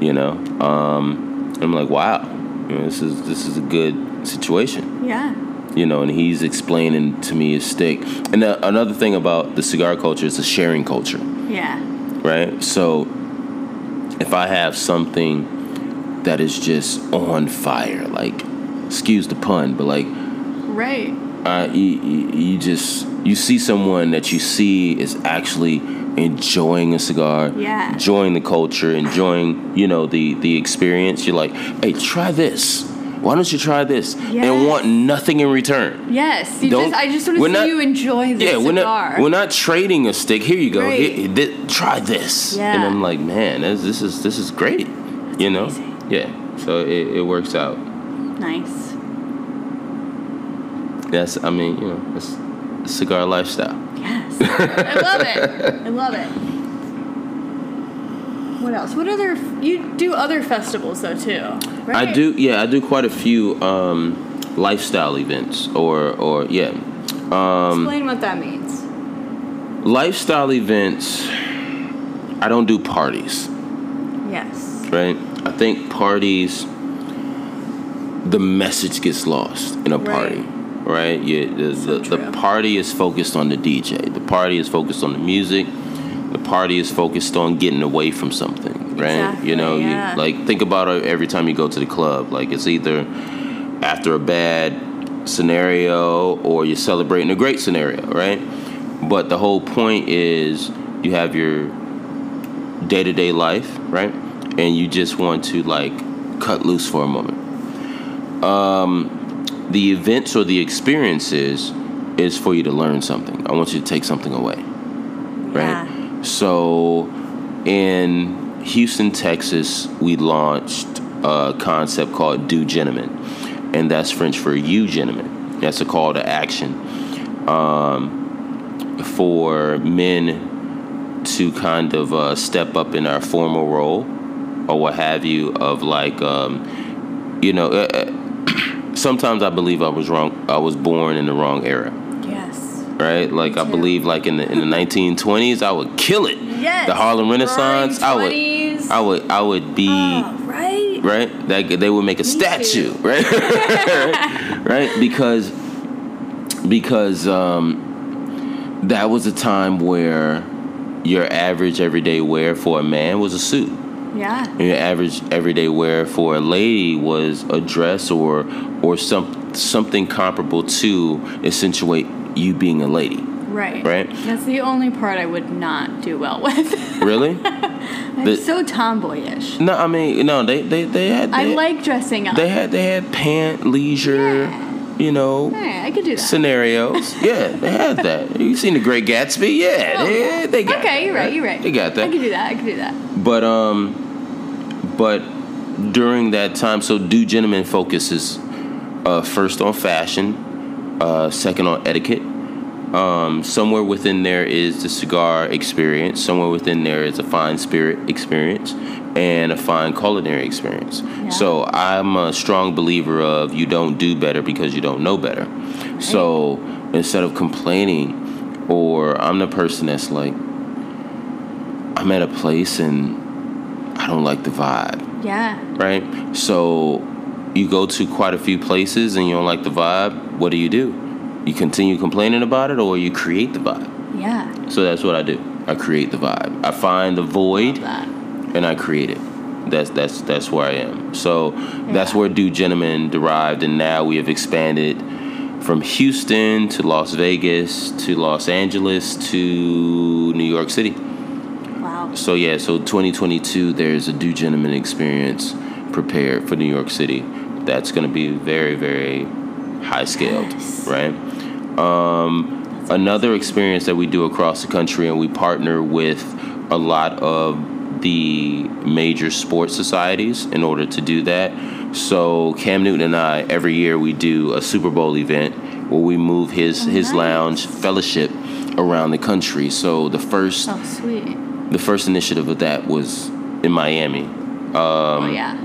You know, um, I'm like, wow, you know, this is this is a good situation
yeah.
you know, and he's explaining to me his stick. And uh, another thing about the cigar culture is a sharing culture,
Yeah.
right? So if I have something that is just on fire, like, excuse the pun, but like,
Right.
uh, you, you you just you see someone that you see is actually enjoying a cigar,
Yeah.
enjoying the culture, enjoying you know the the experience. You're like, hey, try this. Why don't you try this and
Yes.
want nothing in return?
Yes. You
Don't-
just, I just want to
we're
see
not-
you enjoy the
yeah,
cigar.
we're not we're not trading a stick. Here you go.
Right.
Here- thi- try this.
Yeah.
And I'm like, man, this, this is this is great. you know?
amazing.
Yeah. So it, it works out.
nice.
That's I mean, you know, that's a cigar lifestyle.
Yes. I love it. I love it. What else? What other? You do other festivals though too, right?
I do yeah, I do quite a few um lifestyle events or or yeah. um,
Explain what that means.
Lifestyle events I don't do parties.
Yes.
right? I think parties, the message gets lost in a
Right.
party, right? You, the, the, the
true.
party is focused on the DJ. The party is focused on the music. The party is focused on getting away from something, right? you
Exactly,
know,
yeah.
you like think about it every time you go to the club. Like it's either after a bad scenario or you're celebrating a great scenario, right? But the whole point is you have your day to day life, right? And you just want to like cut loose for a moment. Um, the events or the experiences is for you to learn something. I want you to take something away, right?
Yeah.
So in Houston, Texas, we launched a concept called Do Gentlemen, and that's French for You Gentlemen. That's a call to action um, for men to kind of uh, step up in our formal role or what have you of like um, you know uh, uh, sometimes i believe i was wrong i was born in the wrong era
Yes.
right like i
too.
believe like in the in the 1920s i would kill it
Yes.
the harlem renaissance i would
Twenties. Oh,
i would i would be
right.
right? That they would make a statue,
Uh. too.
right? right? Because because um, that was a time where your average everyday wear for a man was a suit.
Yeah.
And your average everyday wear for a lady was a dress or or some something comparable to accentuate you being a lady.
Right.
Right.
That's the only part I would not do well with.
Really?
I'm
The-
so tomboyish.
no, I mean no, they they, they had
I
they-
like dressing up.
they had they had pant leisure,
Yeah.
you know,
Alright, I could do that.
scenarios. Yeah, they had that. You seen the Great Gatsby? Yeah,
Oh.
they, they got
okay,
that,
you're right. You're right.
They got
I could
that.
do that. I could do that.
But um, but during that time, so do gentlemen focuses uh, first on fashion, uh, second on etiquette. Um, somewhere within there is the cigar experience. Somewhere within there is a fine spirit experience and a fine culinary experience. So I'm a strong believer of you don't do better because you don't know better. So instead of complaining, or I'm the person that's like, I'm at a place and I don't like the vibe
Yeah.
right? So you go to quite a few places and you don't like the vibe. What do you do? You continue complaining about it, or you create the vibe.
Yeah.
So that's what I do. I create the vibe. I find the void
Love that.
and I create it. That's that's that's where I am. So that's where Do Gentlemen derived, and now we have expanded from Houston to Las Vegas to Los Angeles to New York City.
Wow.
So yeah, so 2022, there's a Do Gentlemen experience prepared for New York City. That's going to be very, very high scaled,
Yes.
right? Um, another experience that we do across the country, and we partner with a lot of the major sports societies in order to do that. So Cam Newton and I, every year we do a Super Bowl event where we move his his
nice.
lounge fellowship around the country. So the first
Oh, sweet.
the first initiative of that was in Miami.
oh,
Um,
yeah.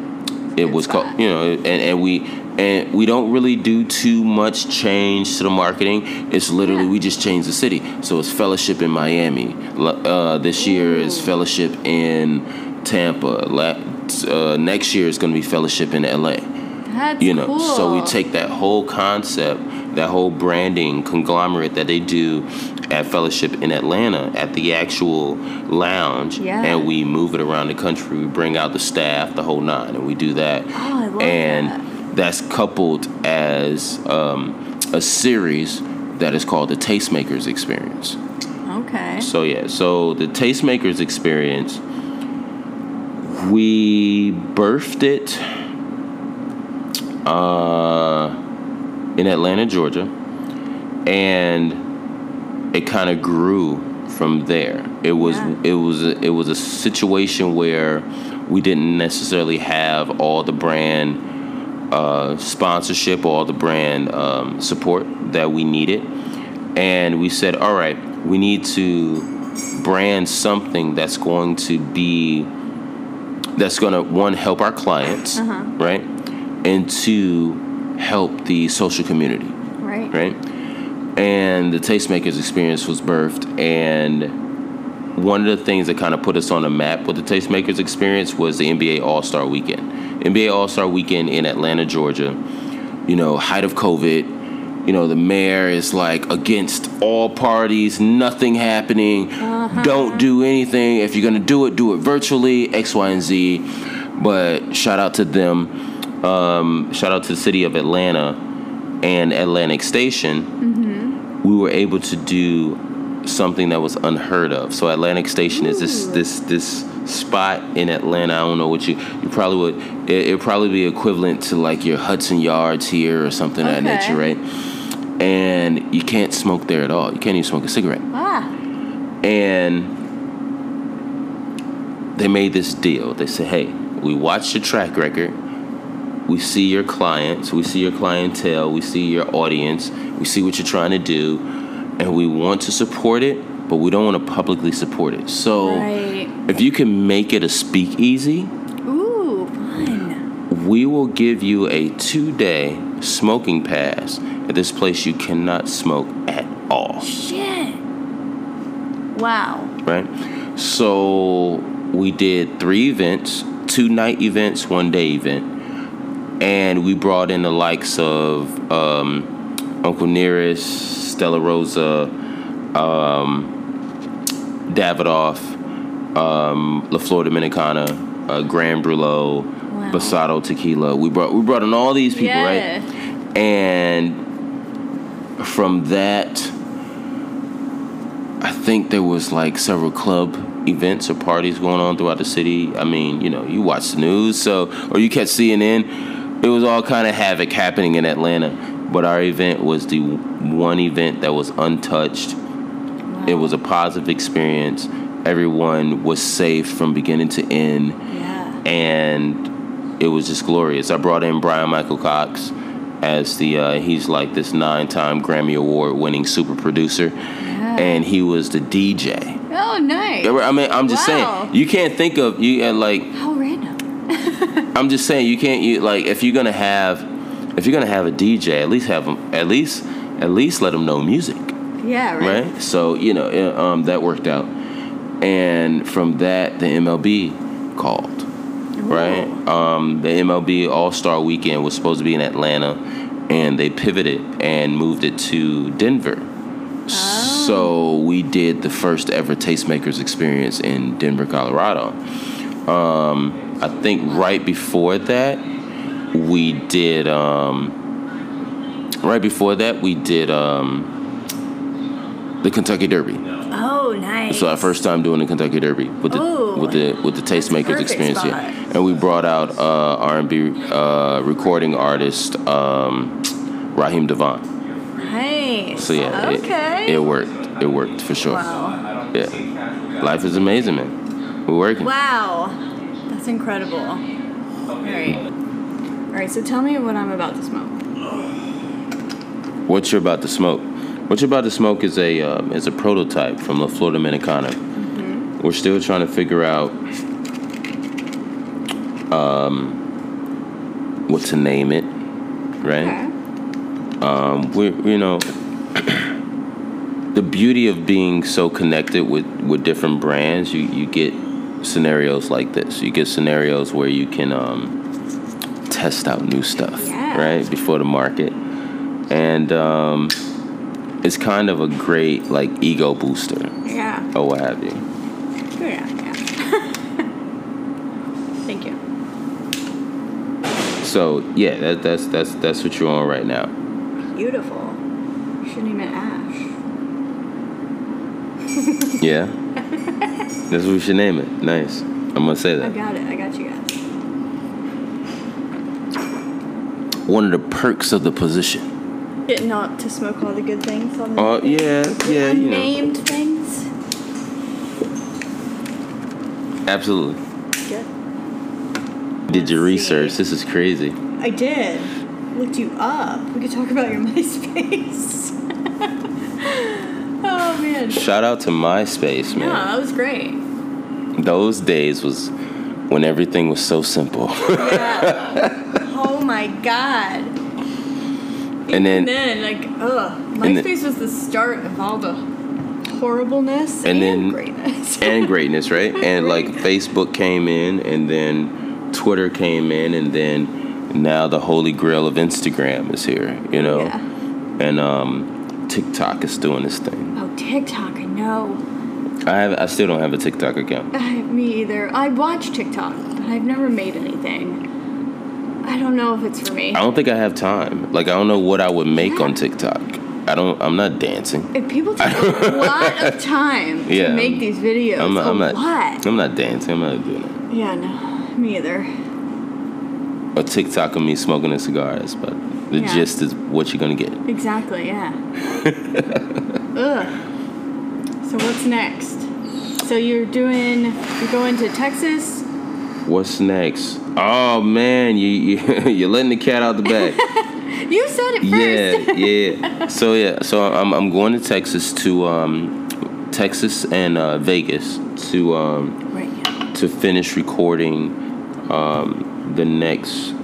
It was
spot.
called, you know, and, and we and we don't really do too much change to the marketing. It's literally
Yeah.
we just change the city. So it's fellowship in Miami. L- Uh, this year is
Ooh.
fellowship in Tampa. La- Uh, next year is going to be fellowship in LA.
That's
you know so we
cool.
take that whole concept that whole branding conglomerate that they do at fellowship in atlanta at the actual lounge
Yeah.
and we move it around the country we bring out the staff the whole nine and we do that
Oh, I love
and
that.
that's coupled as um, a series that is called the tastemakers experience
Okay.
so yeah, so the Tastemakers experience, we birthed it uh, in Atlanta, Georgia, and it kind of grew from there. It was
Yeah.
it was a, it was a situation where we didn't necessarily have all the brand uh, sponsorship or the brand um, support that we needed. And we said, all right, we need to brand something that's going to be, that's going to, one, help our clients, right? And two, help the social community
Right.
right? And the Tastemakers experience was birthed. And one of the things that kind of put us on the map with the Tastemakers experience was the NBA All Star Weekend. NBA All Star Weekend in Atlanta, Georgia. You know, height of COVID. You know, the mayor is like against all parties, nothing happening. Don't do anything. If you're going to do it, do it virtually, X, Y, and Z. But shout out to them. Um, shout out to the city of Atlanta and Atlantic Station, we were able to do something that was unheard of. So Atlantic Station is this this this spot in Atlanta. I don't know what you you probably would it would probably be equivalent to like your Hudson Yards here or something of that
Okay.
nature, right? And you can't smoke there at all. You can't even smoke a cigarette
Ah.
and they made this deal. They said, "Hey, we watched your track record. We see your clients. We see your clientele. We see your audience. We see what you're trying to do, and we want to support it, but we don't want to publicly support it. So,
Right.
if you can make it a speakeasy,
Ooh, fun.
we will give you a two-day smoking pass at this place you cannot smoke at all."
Shit. Wow.
right? So we did three events, two night events, one day event, and we brought in the likes of um, Uncle Nearest, Stella Rosa, um, Davidoff, um, La Flor Dominicana, uh, Grand Brulot,
Wow.
Basado Tequila. We brought we brought in all these people,
Yeah.
right? And from that. I think there was like several club events or parties going on throughout the city. I mean, you know, you watch the news, so or you catch CNN. It was all kind of havoc happening in Atlanta, but our event was the one event that was untouched. It was a positive experience. Everyone was safe from beginning to end,
Yeah.
and it was just glorious. I brought in Brian Michael Cox as the uh, he's like this nine-time Grammy Award-winning super producer, and he was the DJ.
Oh, nice.
Yeah, I mean, I'm just
Wow.
saying you can't think of you uh, like
How random.
I'm just saying you can't you like if you're gonna have if you're gonna have a DJ at least have them at least at least let them know music
Yeah, right.
right, so you know yeah, um, that worked out and from that the MLB called right um, the MLB All Star Weekend was supposed to be in Atlanta and they pivoted and moved it to Denver. So we did the first ever Tastemakers experience in Denver, Colorado. Um, I think right before that, we did. Um, right before that, we did um, the Kentucky Derby.
Oh, nice.
So our first time doing the Kentucky Derby with the
Ooh,
with the with the Tastemakers
perfect
experience,
spot.
yeah. And we brought out uh, R and B uh, recording artist um, Raheem Devon.
Nice.
So yeah, it-
Okay.
it, worked. It worked for sure.
Wow.
Yeah, life is amazing, man. We're working.
Wow. That's incredible. All right. All All right, so tell me what I'm about to smoke.
What you're about to smoke. What you're about to smoke is a um, is a prototype from La Flor Dominicana. We're still trying to figure out um, um, what to name it, right? Um, we're you know the beauty of being so connected with with different brands, you you get scenarios like this. You get scenarios where you can um, test out new stuff,
Yeah.
right before the market, and. Um, it's kind of a great like ego booster
Yeah.
or what have you.
Yeah. Yeah. Thank you.
So yeah, that, that's that's that's what you're on right now.
Beautiful. Should name it Ash.
Yeah, that's what we should name it. Nice. I'm gonna say
I
that.
got it. I got you guys.
One of the perks of the position.
Getting out to smoke all the good things on the
Oh yeah, yeah, you know,
unnamed things.
absolutely.
Good.
Did your
Let's see.
research? This is crazy.
I did. Looked you up. We could talk about your MySpace. oh man.
Shout out to MySpace,
No,
man.
that was great.
Those days was when everything was so simple.
Oh my god.
and
And
then
then like, ugh,
And then-
MySpace was the start of all the horribleness and,
And then-
greatness.
and greatness, right? And like
Right.
Facebook came in, and then Twitter came in, and then now the holy grail of Instagram is here, you know?
Yeah.
And um, TikTok is doing this thing.
oh TikTok, I know.
I have, I still don't have a TikTok account.
Uh, me either. I watch TikTok, but I've never made anything. I don't know if it's for me.
I don't think I have time. Like I don't know what I would make
Yeah.
on TikTok. I don't. I'm not dancing.
If people take a lot of time
Yeah,
to make
I'm-
these videos.
I'm,
a
I'm not.
lot.
I'm not dancing. I'm not doing it.
Yeah, no, me either.
A TikTok of me smoking a cigar is, but the
Yeah.
gist is what you're gonna get.
Exactly, yeah. Ugh. So what's next? So you're doing, you're going to Texas.
What's next? Oh man, you, you you're letting the cat out the bag.
You said it first.
yeah, yeah. So yeah, so I'm I'm going to Texas to um Texas and uh, Vegas to um
Right. yeah.
to finish recording um the next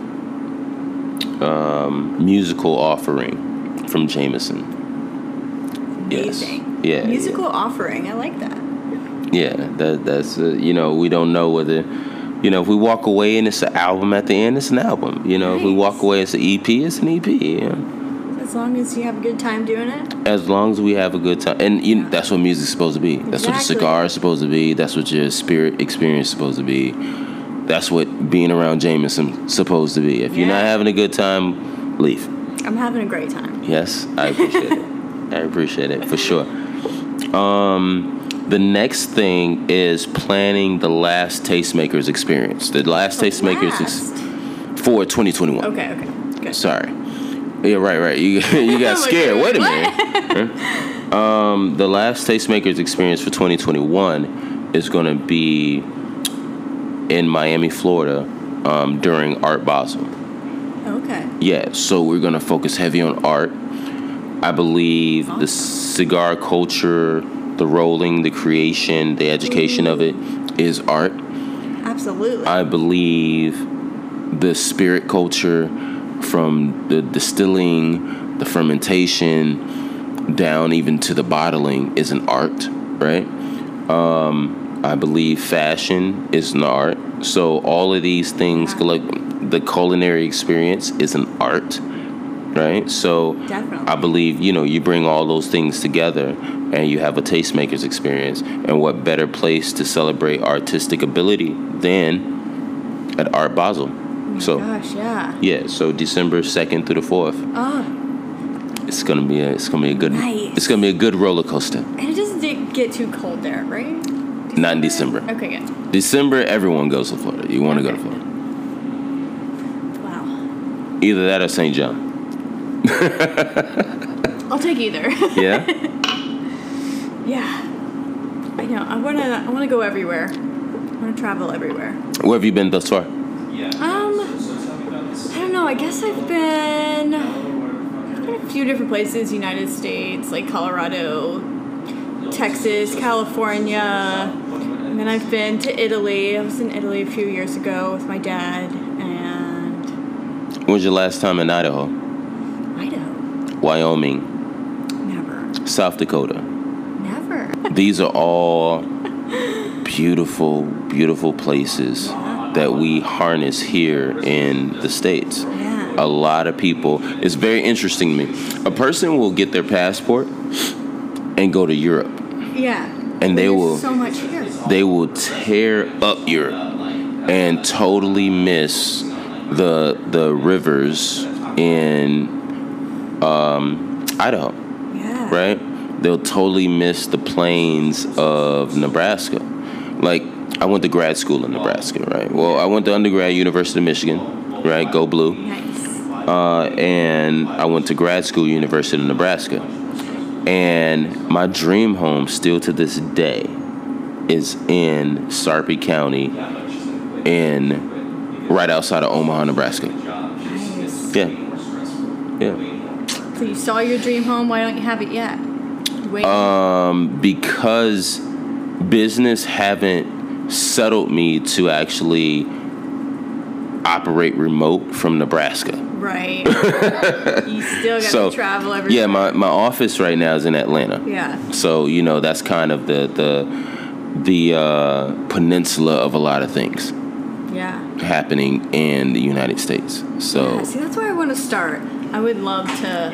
um musical offering from Jameson. Yes.
Amazing.
Yeah, yeah.
Musical offering. I like that.
Yeah, that that's uh, you know we don't know whether you know if we walk away and it's an album at the end, it's an album. You know, if we walk
Nice.
away, it's an EP, it's an EP. Yeah.
As long as you have a good time doing it.
As long as we have a good time, and you know, that's what music's supposed to be. That's what a
Exactly.
cigar is supposed to be. That's what your spirit experience is supposed to be. That's what being around Jameson supposed to be. If you're not
Yeah.
having a good time, leave.
I'm having a great time.
Yes, I appreciate it. I appreciate it for sure. Um, the next thing is planning the last Tastemakers experience. The last Tastemakers is
Last.
for 2021.
Okay. Okay. Good.
Sorry. Yeah, right, right. You you got
Oh my
scared.
God,
Wait a
what?
minute. Huh? um, the last Tastemakers experience for 2021 is going to be in Miami, Florida, um, during Art Basel.
Okay.
Yeah, so we're gonna focus heavy on art. I believe the cigar culture, the rolling, the creation, the education of it is art.
Absolutely.
I believe the spirit culture from the distilling, the fermentation, down even to the bottling is an art, right? Um, I believe fashion is an art. So all of these things, like the culinary experience, is an art, right? So
Definitely.
I believe you know you bring all those things together and you have a tastemakers experience. And what better place to celebrate artistic ability than at Art Basel?
Oh
so
Gosh, yeah.
yeah, so December second through the fourth.
Oh,
It's gonna be a it's gonna be a good
Nice.
it's gonna be a good roller coaster.
and it doesn't di- get too cold there, right?
Not in December.
Okay. Good.
December everyone goes to Florida. You want to go to
Okay.
Florida?
Wow.
Either that or St. John.
I'll take either.
Yeah.
Yeah. I know. I wanna I wanna go everywhere. I wanna travel everywhere.
Where have you been thus far?
Yeah.
Um
so, so tell me about
I don't know. I guess I've been, I've been a few different places: United States, like Colorado, Texas, California, and then I've been to Italy. I was in Italy a few years ago with my dad and
When was your last time in Idaho,
Idaho.
Wyoming,
Never,
South Dakota?
never.
These are all beautiful, beautiful places that we harness here in the States.
Yeah.
A lot of people, it's very interesting to me. A person will get their passport and go to Europe.
Yeah.
And they
There's
will-
So much here.
They will tear up Europe and totally miss the the rivers in um, Idaho.
Yeah.
right? They'll totally miss the plains of Nebraska. Like I went to grad school in Nebraska, right? Well, I went to undergrad University of Michigan, right? Go Blue.
Nice.
Uh, and I went to grad school University of Nebraska. And my dream home still to this day is in Sarpy County in right outside of Omaha, Nebraska.
Nice.
Yeah. Yeah.
So you saw your dream home. Why don't you have it yet? You Wait.
um, because business haven't settled me to actually operate remote from Nebraska.
right. you still got
So
to travel every.
yeah, my, my office right now is in Atlanta.
Yeah.
So you know that's kind of the the the uh, peninsula of a lot of things
Yeah.
happening in the United States. So
Yeah, See, that's where I want to start. I would love to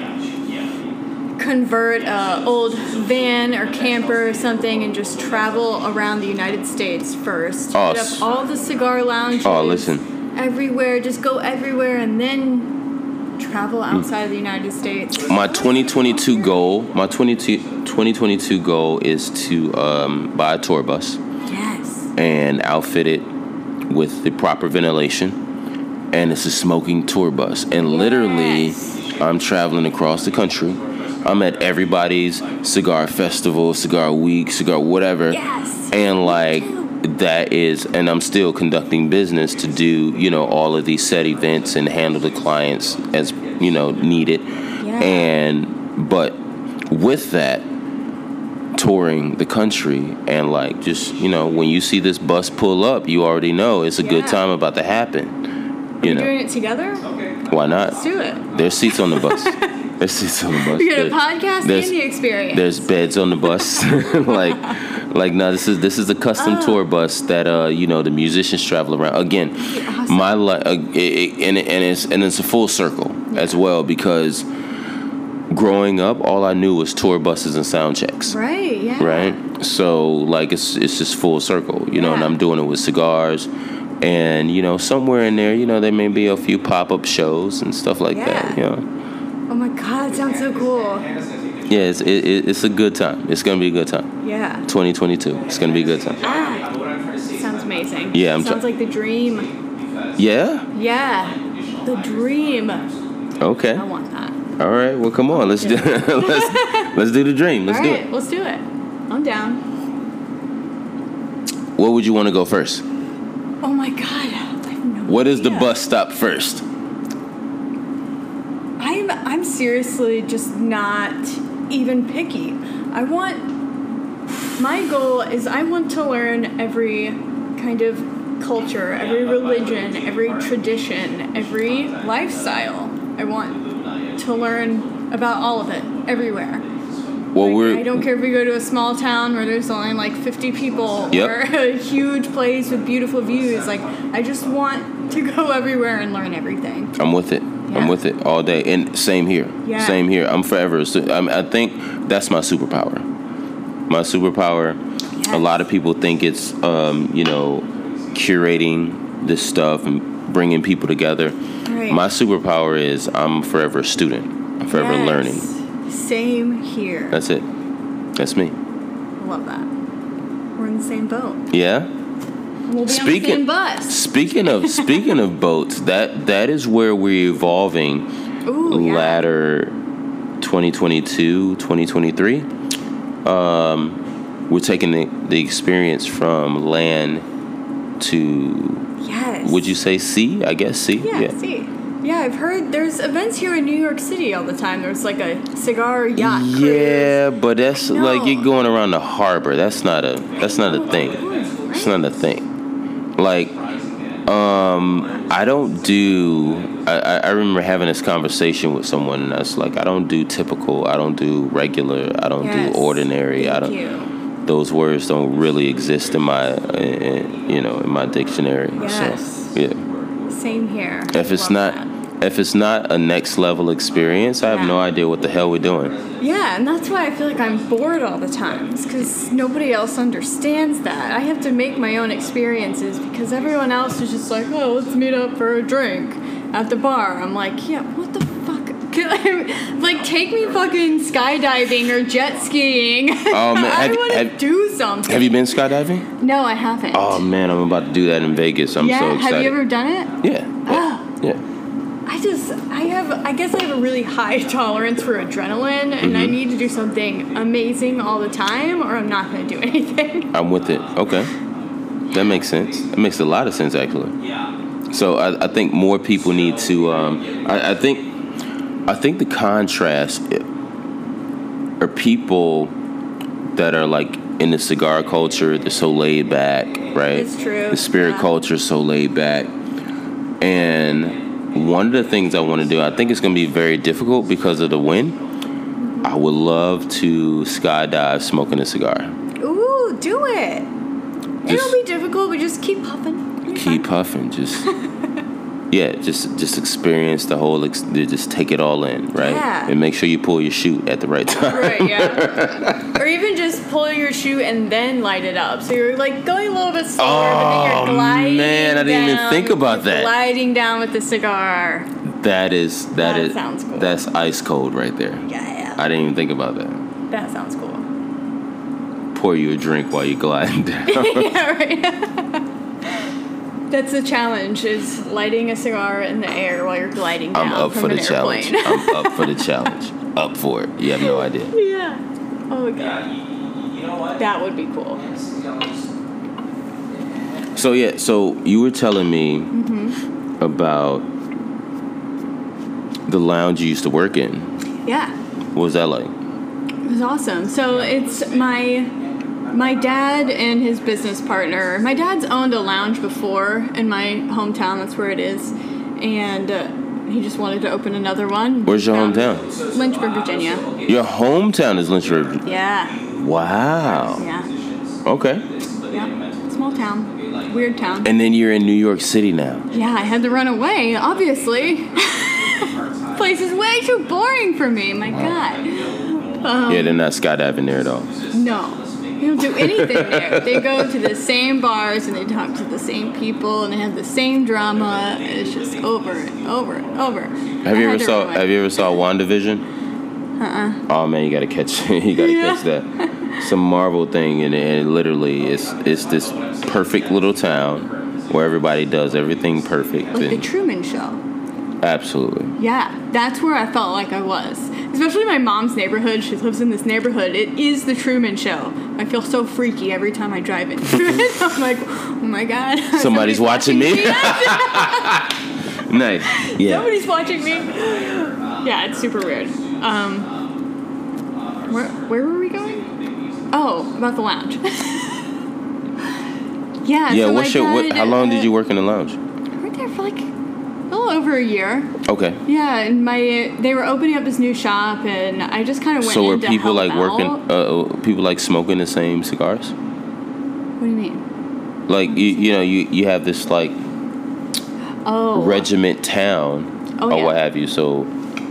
convert a old van or camper or something and just travel around the United States first.
Oh,
Hit
s-
up all the cigar lounges.
Oh, listen.
Everywhere, just go everywhere, and then travel
Hmm.
outside of the United States.
my 2022 goal, my 22, 2022 goal is to um, buy a tour bus.
Yes.
and outfit it with the proper ventilation. And it's a smoking tour bus. And literally,
Yes.
I'm traveling across the country. I'm at everybody's cigar festival, cigar week, cigar whatever.
Yes.
And like,
too.
that is, and I'm still conducting business to do, you know, all of these set events and handle the clients as, you know, needed.
Yeah.
And, but with that, touring the country and like just you know when you see this bus pull up you already know it's a good
Yeah.
time about to happen
We're
you know
doing it together. Okay.
why not
Let's do it.
there's seats on the bus there's seats on the bus
We got a
There-
podcast
there's-
and the experience.
there's beds on the bus like like no this is this is a custom
Oh.
tour bus that uh you know the musicians travel around again
Awesome.
my life uh, it, it, and, it- and it's and it's a full circle as well because growing up all i knew was tour buses and sound checks
right. Yeah.
right? So like it's it's just full circle, you know. And
Yeah.
I'm doing it with cigars, and you know somewhere in there, you know there may be a few pop up shows and stuff like that. You
Yeah.
know,
Oh my God, it sounds so cool.
yeah, it's it, it, it's a good time. It's gonna be a good time.
Yeah.
2022. It's gonna be a good time.
Ah, sounds amazing.
Yeah, I'm
sounds
try-
like the dream.
Yeah.
Yeah, the dream. I
Okay. All
want that.
right. Well, come on. Let's do let's let's do the dream. Let's
All
do
right,
it.
let's do it. I'm down.
What would you want to go first?
Oh my God, I have no
What is the
idea.
bus stop first?
I'm I'm seriously just not even picky. I want my goal is I want to learn every kind of culture, every religion, every tradition, every lifestyle. I want to learn about all of it everywhere.
Well,
Like,
we're
I don't care if we go to a small town where there's only like 50 people
Yep.
or a huge place with beautiful views. Like I just want to go everywhere and learn everything.
I'm with it. I'm
Yeah.
with it all day. And same here.
Yeah.
Same here. I'm forever. So, I'm, I think that's my superpower. My superpower. A lot of people think it's um, you know curating this stuff and bringing people together.
Right.
My superpower is I'm forever a student. I'm forever
Yes.
learning.
Same here.
That's it. That's me.
I love that. We're in the same boat.
Yeah.
We'll be on the same bus.
Speaking of speaking of boats, that that is where we're evolving.
Ooh, yeah.
latter 2022 2023 um, we're taking the, the experience from land to
Yes.
would you say sea i guess sea
Yeah. See. Yeah, I've heard there's events here in New York City all the time. There's like a cigar yacht.
Yeah, but that's
I
like
know.
you're going around the harbor. That's not a that's not a thing. It's not a thing. Like, um, I don't do. I, I I remember having this conversation with someone, and I was like, I don't do typical. I don't do regular. I don't
Yes.
do ordinary. I don't.
Thank you.
Those words don't really exist in my, in, in- you know, in my dictionary.
Yes.
So, yeah.
Same here.
If it's
Love that.
not, if it's not a next level experience, I have no
Yeah.
idea what the hell we're doing.
Yeah, and that's why I feel like I'm bored all the time. because nobody else understands that. I have to make my own experiences because everyone else is just like, oh, let's meet up for a drink at the bar. I'm like, yeah, what the fuck? like, take me fucking skydiving or jet skiing.
Oh, man,
I
have-
want to
have-
do something.
Have you been skydiving?
no, I haven't.
Oh man, I'm about to do that in Vegas. I'm
yeah,
so excited.
have you ever done it?
Yeah.
Ah.
Yeah. yeah.
I just, I have, I guess I have a really high tolerance for adrenaline, and I
Mm-hmm.
need to do something amazing all the time, or I'm not going to do anything.
I'm with it. Okay. That makes sense. That makes a lot of sense actually. So I, I think more people need to. Um, I, I think. I think the contrast i- are people that are like in the cigar culture. They're so laid back, right?
It's true,
The spirit
yeah.
culture is so laid back, and one of the things I want to do. I think it's going to be very difficult because of the wind. I would love to skydive smoking a cigar.
Ooh, do it. It'll
Just-
be difficult, but just keep puffing. You're fine.
keep puffing just yeah just just experience the whole ex- just take it all in right
Yeah.
and make sure you pull your shoot at the right time
Right, yeah. or even just pull your shoe and then light it up. So you're like going a little bit slower, but then
Oh,
you're gliding.
man, I didn't even
down-
think about that.
Gliding down with the cigar.
that is that
That
is
sounds cool.
that's ice cold right there
Yeah,
i didn't even think about that
that sounds cool.
pour you a drink while you're gliding down
yeah, right. That's the challenge: is lighting a cigar in the air while you're gliding down
i'm up
from
for the
an
challenge
airplane.
i'm up for the challenge up for it you have no idea
yeah. Oh god, that would be cool.
So yeah, so you were telling me
Mm-hmm.
about the lounge you used to work in.
Yeah.
What was that like?
It was awesome. So it's my my dad and his business partner. My dad's owned a lounge before in my hometown. That's where it is, and uh, he just wanted to open another one.
Where's your
Um,
hometown?
Lynchburg, Virginia.
Your hometown is Lynchburg.
Yeah,
Wow.
yeah,
Okay.
yeah. Small town, weird town.
And then you're in New York City now.
Yeah, I had to run away. Obviously, place is way too boring for me. My God, Oh.
yeah, they're not skydiving there at all.
no. They don't do anything there. They go to the same bars and they talk to the same people and they have the same drama. It's just over and over and over.
Have you ever saw Have you ever saw WandaVision? Uh-uh. Oh man, you gotta catch you gotta
Yeah.
catch that. Some Marvel thing and, and literally it's it's this perfect little town where everybody does everything perfect.
Like the
and-
Truman Show.
Absolutely.
Yeah, that's where I felt like I was. Especially my mom's neighborhood. She lives in this neighborhood. It is the Truman Show. I feel so freaky every time I drive into it. I'm like, oh my god.
Somebody's watching me. Nice. Yeah.
Nobody's watching me. Yeah, it's super weird. Um, where, where were we going? Oh, about the lounge. yeah.
yeah.
so
what's
I
your? What,
got,
how long
uh,
did you work in the lounge?
I worked there for like a little over a year.
Okay.
Yeah, and my they were opening up this new shop, and I just kind of went.
So were
in to
people
help
like working?
out.
Uh, people like smoking the same cigars?
What do you mean?
Like you, you know, you you have this like
Oh,
regiment town
Oh,
or
yeah.
what have you. So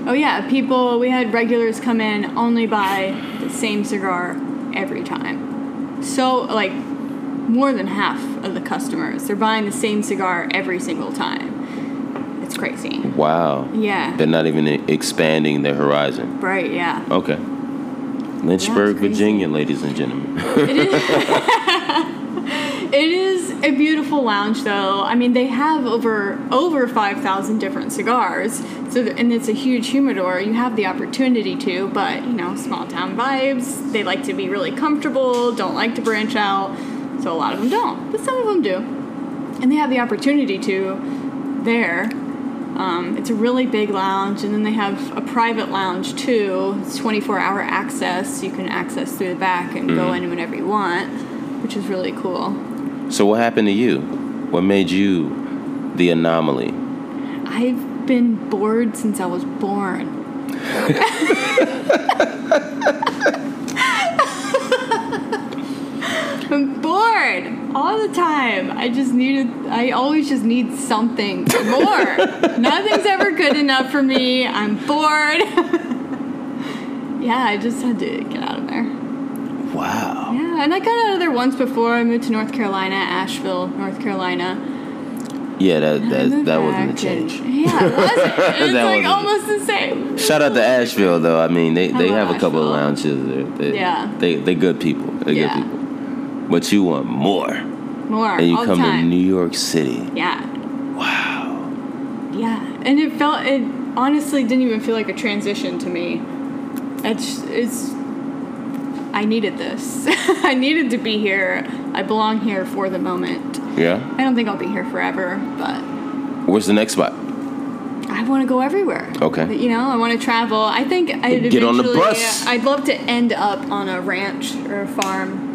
oh yeah, people. We had regulars come in only buy the same cigar every time. So like, more than half of the customers they're buying the same cigar every single time. It's crazy.
wow.
Yeah.
They're not even e- expanding their horizon.
Right. Yeah.
Okay. Lynchburg,
crazy.
Virginia, ladies and gentlemen.
It is a beautiful lounge, though. I mean, they have over over five thousand different cigars. So, th- and it's a huge humidor. You have the opportunity to, but you know, small town vibes. They like to be really comfortable. Don't like to branch out. So a lot of them don't, but some of them do, and they have the opportunity to there. Um, it's a really big lounge, and then they have a private lounge too. It's 24 hour access. You can access through the back and go in whenever you want, which is really cool.
So what happened to you? What made you the anomaly?
I've been bored since I was born. I'm bored all the time. I just needed, I always just need something more. Nothing's ever good enough for me. I'm bored. yeah, I just had to get out of there.
Wow.
Yeah, and I got out of there once before. I moved to North Carolina, Asheville, North Carolina.
Yeah, that
I
that,
moved
that wasn't a
back
change.
and- yeah, it wasn't. It's
That
like
wasn't-
almost the same.
Shout out to Asheville though. I mean, they, they
love
have a couple of
Asheville.
lounges. There. They,
Yeah.
They they good people. They
Yeah.
good people. But you want more, and
More
you
all the
come to
time.
New York City.
yeah,
Wow.
yeah, and it felt it honestly didn't even feel like a transition to me. It's it's I needed this. I needed to be here. I belong here for the moment.
Yeah.
I don't think I'll be here forever, but
Where's the next spot?
I want to go everywhere.
Okay.
But, you know, I want to travel. I think I'd
Oh. Get on the
eventually-
bus.
I'd love to end up on a ranch or a farm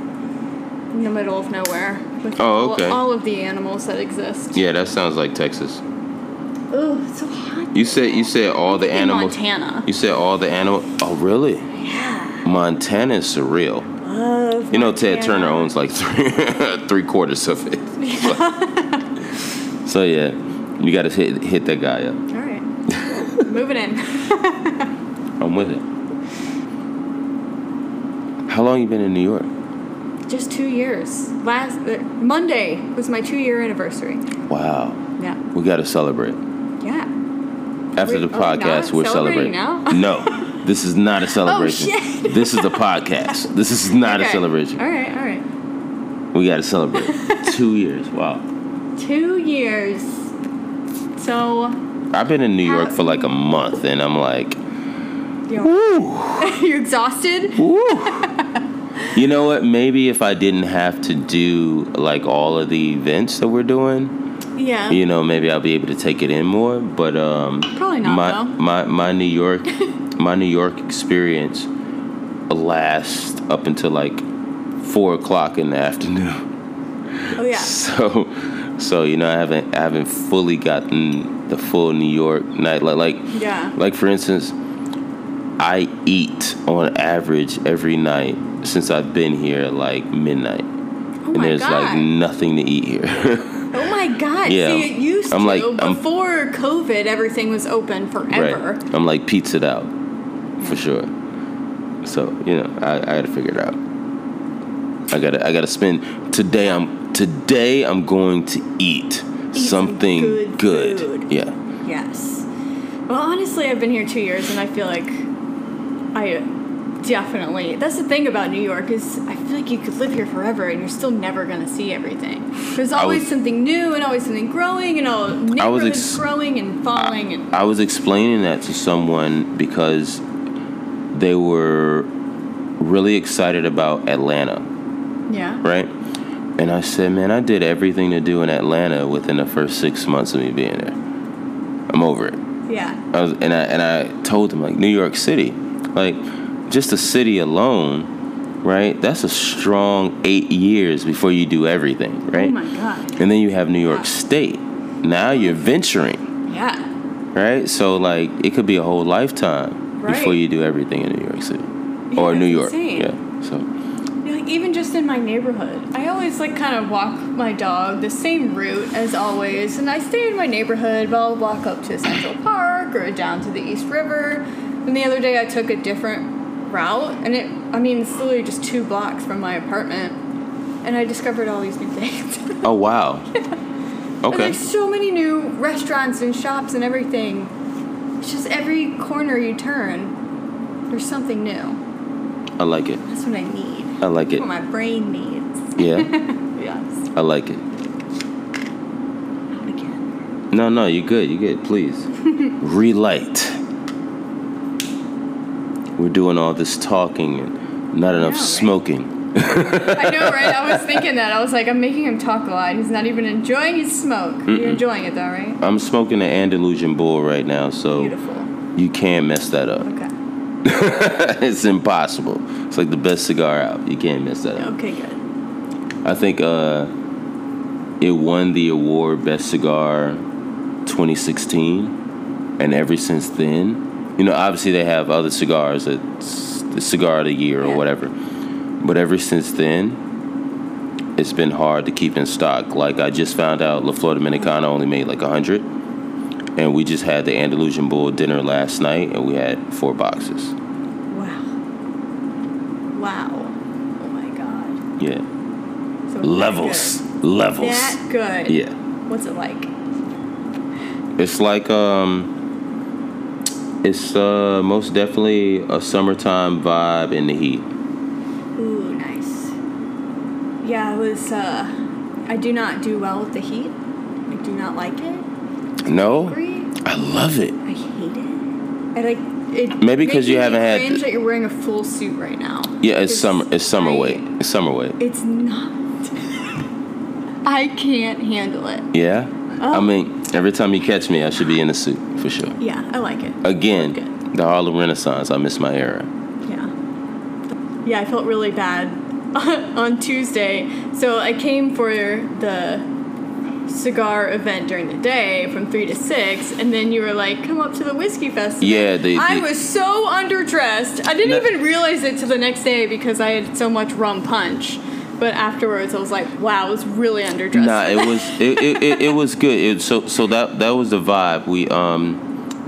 in the middle of nowhere with
Oh,
all-
okay.
all, of the animals that exist.
Yeah, that sounds like Texas.
Oh, it's so hot.
You said you said all the
In
animals.
Montana.
You said all the animal. Oh, really?
Yeah.
Montana is surreal.
Love.
You know, Ted
Montana.
Turner owns like three, three quarters of it. so yeah, you got to hit hit that guy up.
All right. Moving in.
I'm with it. How long you been in New York?
Just two years. Last uh, Monday was my two-year anniversary.
Wow,
Yeah.
we got to celebrate.
Yeah.
After
We-
the
are we
podcast,
not
we're
celebrating Oh,
celebrating. no, this is not a celebration.
shit.
This is the podcast. This is not a
Okay.
celebration.
All right. All right.
We got to celebrate. Two years. Wow.
Two years. So
I've been in New York for like a month, and I'm like,
you're exhausted.
You know what? Maybe if I didn't have to do like all of the events that we're doing,
Yeah.
you know, maybe I'll be able to take it in more. But um,
Probably not,
My
though.
my my New York, my New York experience lasts up until like four o'clock in the afternoon.
Oh yeah.
So, so you know, I haven't I haven't fully gotten the full New York night like like
Yeah.
like for instance, I eat on average every night since I've been here like midnight. and
Oh my
there's like
God.
nothing to eat here.
Oh my god.
Yeah.
See, it used
I'm
to
like- I'm-
before COVID, everything was open forever.
right. I'm like pizzaed out for sure. So, you know, I, I gotta figure it out. I gotta I gotta spend today I'm today I'm going to eat, something
good
good.
food.
Yeah.
Yes. Well, honestly, I've been here two years, and I feel like I definitely. That's the thing about New York is I feel like you could live here forever, and you're still never gonna see everything. There's always
was-
something new, and always something growing, and all
I was
neighborhoods
ex-
growing and falling. and
I was explaining that to someone because they were really excited about Atlanta.
yeah,
right? And I said, man, I did everything to do in Atlanta within the first six months of me being there. I'm over it.
yeah,
I was, and I and I told them like New York City, like just the city alone, right? That's a strong eight years before you do everything, right?
Oh my God.
And then you have New York
Yeah.
State. Now you're venturing,
yeah,
right? So like it could be a whole lifetime before
Right.
you do everything in New York City
Yeah,
or New
that's
York.
insane.
Yeah. So
Yeah, like, even just in my neighborhood, I always like kind of walk my dog the same route as always, and I stay in my neighborhood. But I'll walk up to Central Park or down to the East River. And the other day, I took a different route, and it I mean it's literally just two blocks from my apartment, and I discovered all these new things.
oh wow. Okay.
There's like so many new restaurants and shops and everything. It's just every corner you turn, there's something new.
I like it.
That's what I need.
I like it.
What my brain needs.
Yeah,
Yes.
I like it.
Not again.
No, no, you're good. You're good. Please. Relight. We're doing all this talking and not enough
know, right?
smoking.
I know, right? I was thinking that. I was like, I'm making him talk a lot. He's not even enjoying his smoke. You're enjoying it though, right?
I'm smoking an Andalusian bull right now,
Oh.
so
Beautiful.
you can't mess that up.
Okay.
it's impossible. It's like the best cigar out. You can't mess that up.
Okay, good.
I think uh, it won the award Best Cigar 2016, and ever since then, you know, obviously they have other cigars that the cigar of the year or
Yeah.
whatever, but ever since then, it's been hard to keep in stock. Like I just found out La Flor Dominicana only made like hundred, and we just had the Andalusian Bull dinner last night, and we had four boxes.
Wow. Wow. Oh my god.
Yeah.
So it's that
levels
good.
levels
That good.
yeah
What's it like?
it's like um it's uh most definitely a summertime vibe in the heat
Ooh, nice. Yeah, I was. Uh, I do not do well with the heat. I do not like it.
no
Agree?
i love it
I hate it. I like it.
Maybe 'cause
makes
you
me
haven't had-
cringe that you're wearing a full suit right now.
yeah it's summer it's summer
I-
weight it's summer weight
It's not. I can't handle it.
yeah i
Oh.
mean every time you catch me i should be in a suit for sure
Yeah, I like it.
again
Good.
the harlem renaissance i miss my era
Yeah. Yeah, I felt really bad on Tuesday. So I came for the cigar event during the day from 3 to 6, and then you were like, come up to the Whiskey Festival.
Yeah, they-
I
they-
was so underdressed. I didn't
No.
even realize it till the next day because I had so much rum punch. But afterwards, I was like, wow, I was really underdressed.
Nah, it was it, it, it, it was good. It, so so that that was the vibe. We um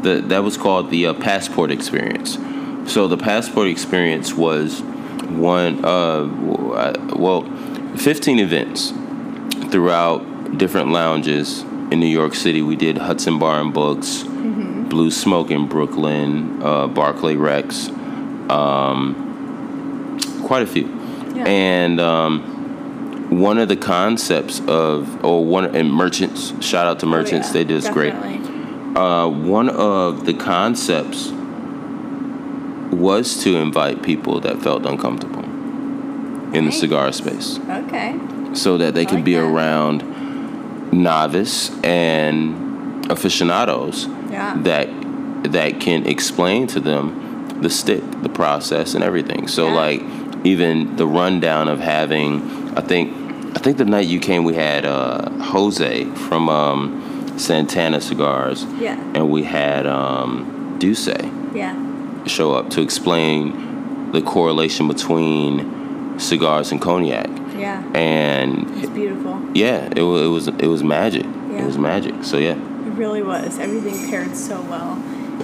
the that was called the uh, passport experience. So the passport experience was one uh w- I- well, fifteen events throughout different lounges in New York City. We did Hudson Bar and Books, Blue Smoke in Brooklyn, uh, Barclay Rex, um, quite a few,
Yeah.
and. Um, one of the concepts of or one and merchants shout out to
Oh,
merchants
yeah,
they do us great
definitely.
uh, one of the concepts was to invite people that felt uncomfortable in the
Nice.
cigar space
Okay.
so that they could
like
be
that.
around novice and aficionados
Yeah.
that that can explain to them the stick, the process, and everything. So
Yeah.
like even the rundown of having, I think I think the night you came, we had uh, Jose from um, Santana Cigars,
Yeah.
and we had um, Duce
Yeah.
show up to explain the correlation between cigars and cognac.
Yeah.
And
It's beautiful.
yeah, it, wa- it was it was magic. It
Yeah.
was magic. So yeah,
It really was. Everything paired so well.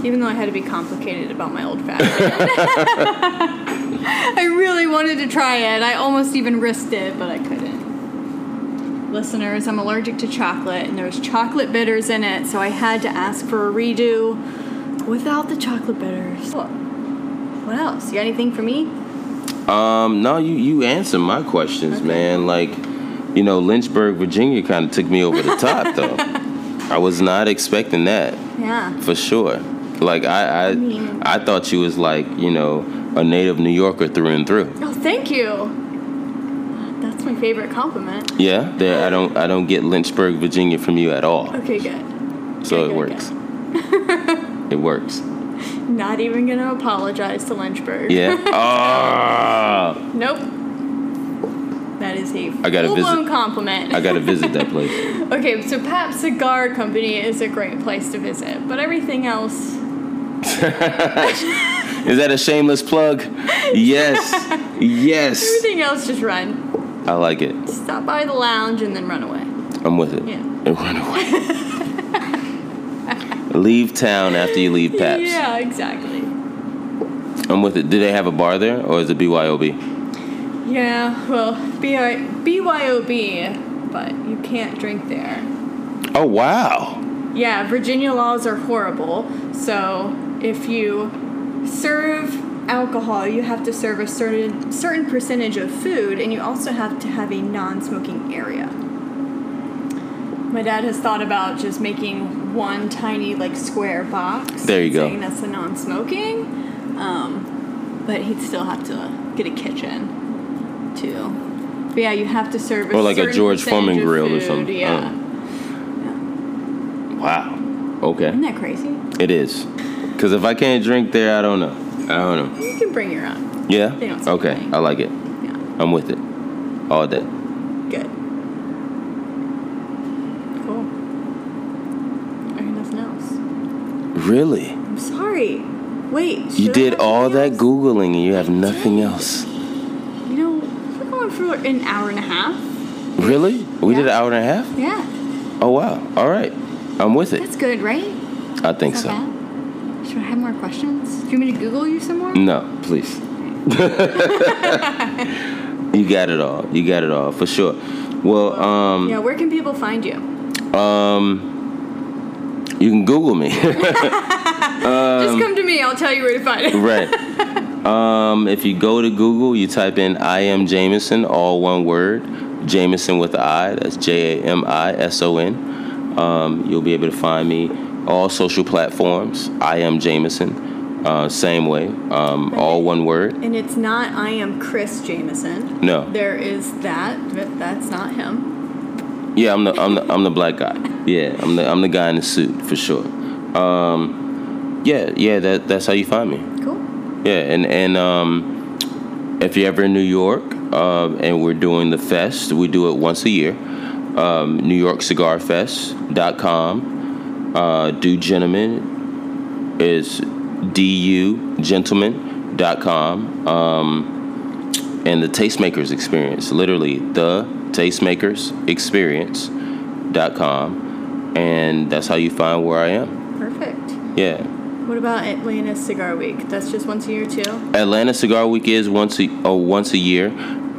Even though I had to be complicated about my old fashioned. I really wanted to try it. I almost even risked it, but I couldn't. Listeners, I'm allergic to chocolate, and there's chocolate bitters in it, so I had to ask for a redo without the chocolate bitters. What what else? You got anything for me?
um, no, you you answer my questions, man. Like, you know, Lynchburg, Virginia, kind of took me over the top, though. I was not expecting that
Yeah.
for sure. Like, I
mean-
I, I thought you was like, you know, a native New Yorker through and through.
Oh, thank you. That's my favorite compliment.
Yeah, there. I don't I don't get Lynchburg, Virginia, from you at all.
Okay, good.
so
okay,
it
okay.
works. it works.
Not even gonna apologize to Lynchburg.
Yeah. Oh,
Nope. That is a
I gotta
full-blown
visit-
compliment.
I gotta visit that place.
okay, so Pap Cigar Company is a great place to visit, but everything else,
Is that a shameless plug? Yes. yes.
everything else, just run.
I like it.
Stop by the lounge and then run away.
I'm with it.
Yeah.
And run away. leave town after you leave Paps.
Yeah, exactly.
I'm with it. Do they have a bar there or is it BYOB?
Yeah, well, B-I- BYOB, but you can't drink there.
Oh, wow.
Yeah, Virginia laws are horrible. So if you serve alcohol, you have to serve a certain certain percentage of food, and you also have to have a non-smoking area. My dad has thought about just making one tiny like square box.
There you go.
Saying that's a non-smoking, um, but he'd still have to get a kitchen. too. But yeah, you have to serve a
Or like a
certain
George
percentage
Foreman
of
grill or
food,
something.
Yeah.
Uh.
yeah.
Wow. Okay.
Isn't that crazy? You
It is. Because if I can't drink there, I don't know. I don't know.
can bring your own.
Yeah?
They don't say
Okay.
anything.
I like it.
Yeah.
I'm with it. All day.
Good. Cool. I mean, nothing else.
Really?
I'm sorry. Wait. should
You
I
did
have
all
anything
that
else?
Googling and you have nothing else.
You know, we're going for an hour and a half.
Really? We did an
Yeah.
hour and a half?
Yeah.
Oh, wow. All right. I'm with it.
That's good, right?
I think
Not
so.
bad. Should I have more questions? Do you want me to Google you some more?
No, please. you got it all. You got it all for sure. Well, um,
Yeah, where can people find you?
um, you can Google me,
Just
Um,
come to me, I'll tell you where to find it.
right? Um, if you go to Google, you type in "I am Jameson," all one word, Jameson with the I. That's J A M I S O N. Um, you'll be able to find me. All social platforms, I am Jameson. Uh, same way, um, all one word.
And it's not I am Chris Jameson.
No.
There is that, but that's not him.
Yeah, I'm the I'm the I'm the black guy. Yeah, I'm the I'm the guy in the suit for sure. Um, yeah, yeah, that that's how you find me.
Cool.
Yeah, and and um, if you're ever in New York, um, and we're doing the fest, we do it once a year. Um, NewYorkCigarFest.com. Uh, do gentlemen is du gentleman dot com. Um, and the Tastemakers Experience. Literally, the Tastemakers Experience.com. And that's how you find where I am.
Perfect.
Yeah.
What about Atlanta Cigar Week? That's just once a year too.
Atlanta Cigar Week is once a, oh, once a year.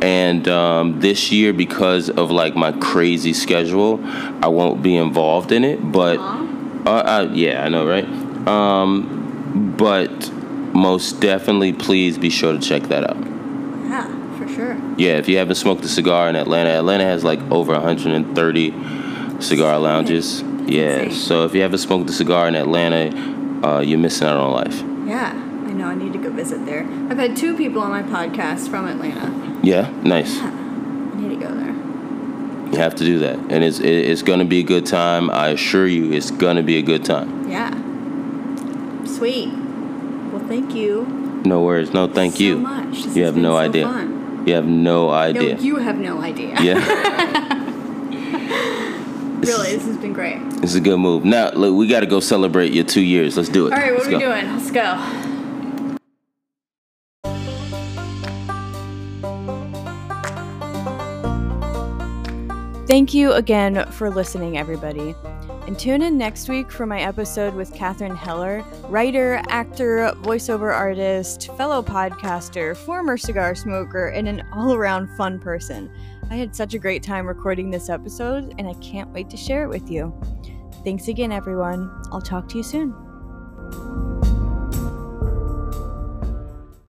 And um, this year, because of like my crazy schedule, I won't be involved in it. But uh, uh, yeah, I know, right? Um, but most definitely, please be sure to check that out.
Yeah, for sure.
Yeah, if you haven't smoked a cigar in Atlanta, Atlanta has like over 130 cigar lounges. Yeah,
Insane.
so if you haven't smoked a cigar in Atlanta, uh, you're missing out on life.
Yeah, I know. I need to go visit there. I've had two people on my podcast from Atlanta.
Yeah, nice.
I need to go there.
You have to do that, and it's it, it's gonna be a good time. I assure you, it's gonna be a good time.
Yeah. Sweet. Well, thank you.
No worries. No, thank
so
you.
Much. This has
You have
been
no
so
idea.
Fun.
You have no
No,
idea.
you have no idea.
yeah,
really, this has been great. All
it's a good move. Now, look, we gotta go celebrate your two years. Let's do it.
right, what
Let's
are we
go.
doing? Let's go.
Thank you again for listening, everybody. And tune in next week for my episode with Katherine Heller, writer, actor, voiceover artist, fellow podcaster, former cigar smoker, and an all around fun person. I had such a great time recording this episode, and I can't wait to share it with you. Thanks again, everyone. I'll talk to you soon.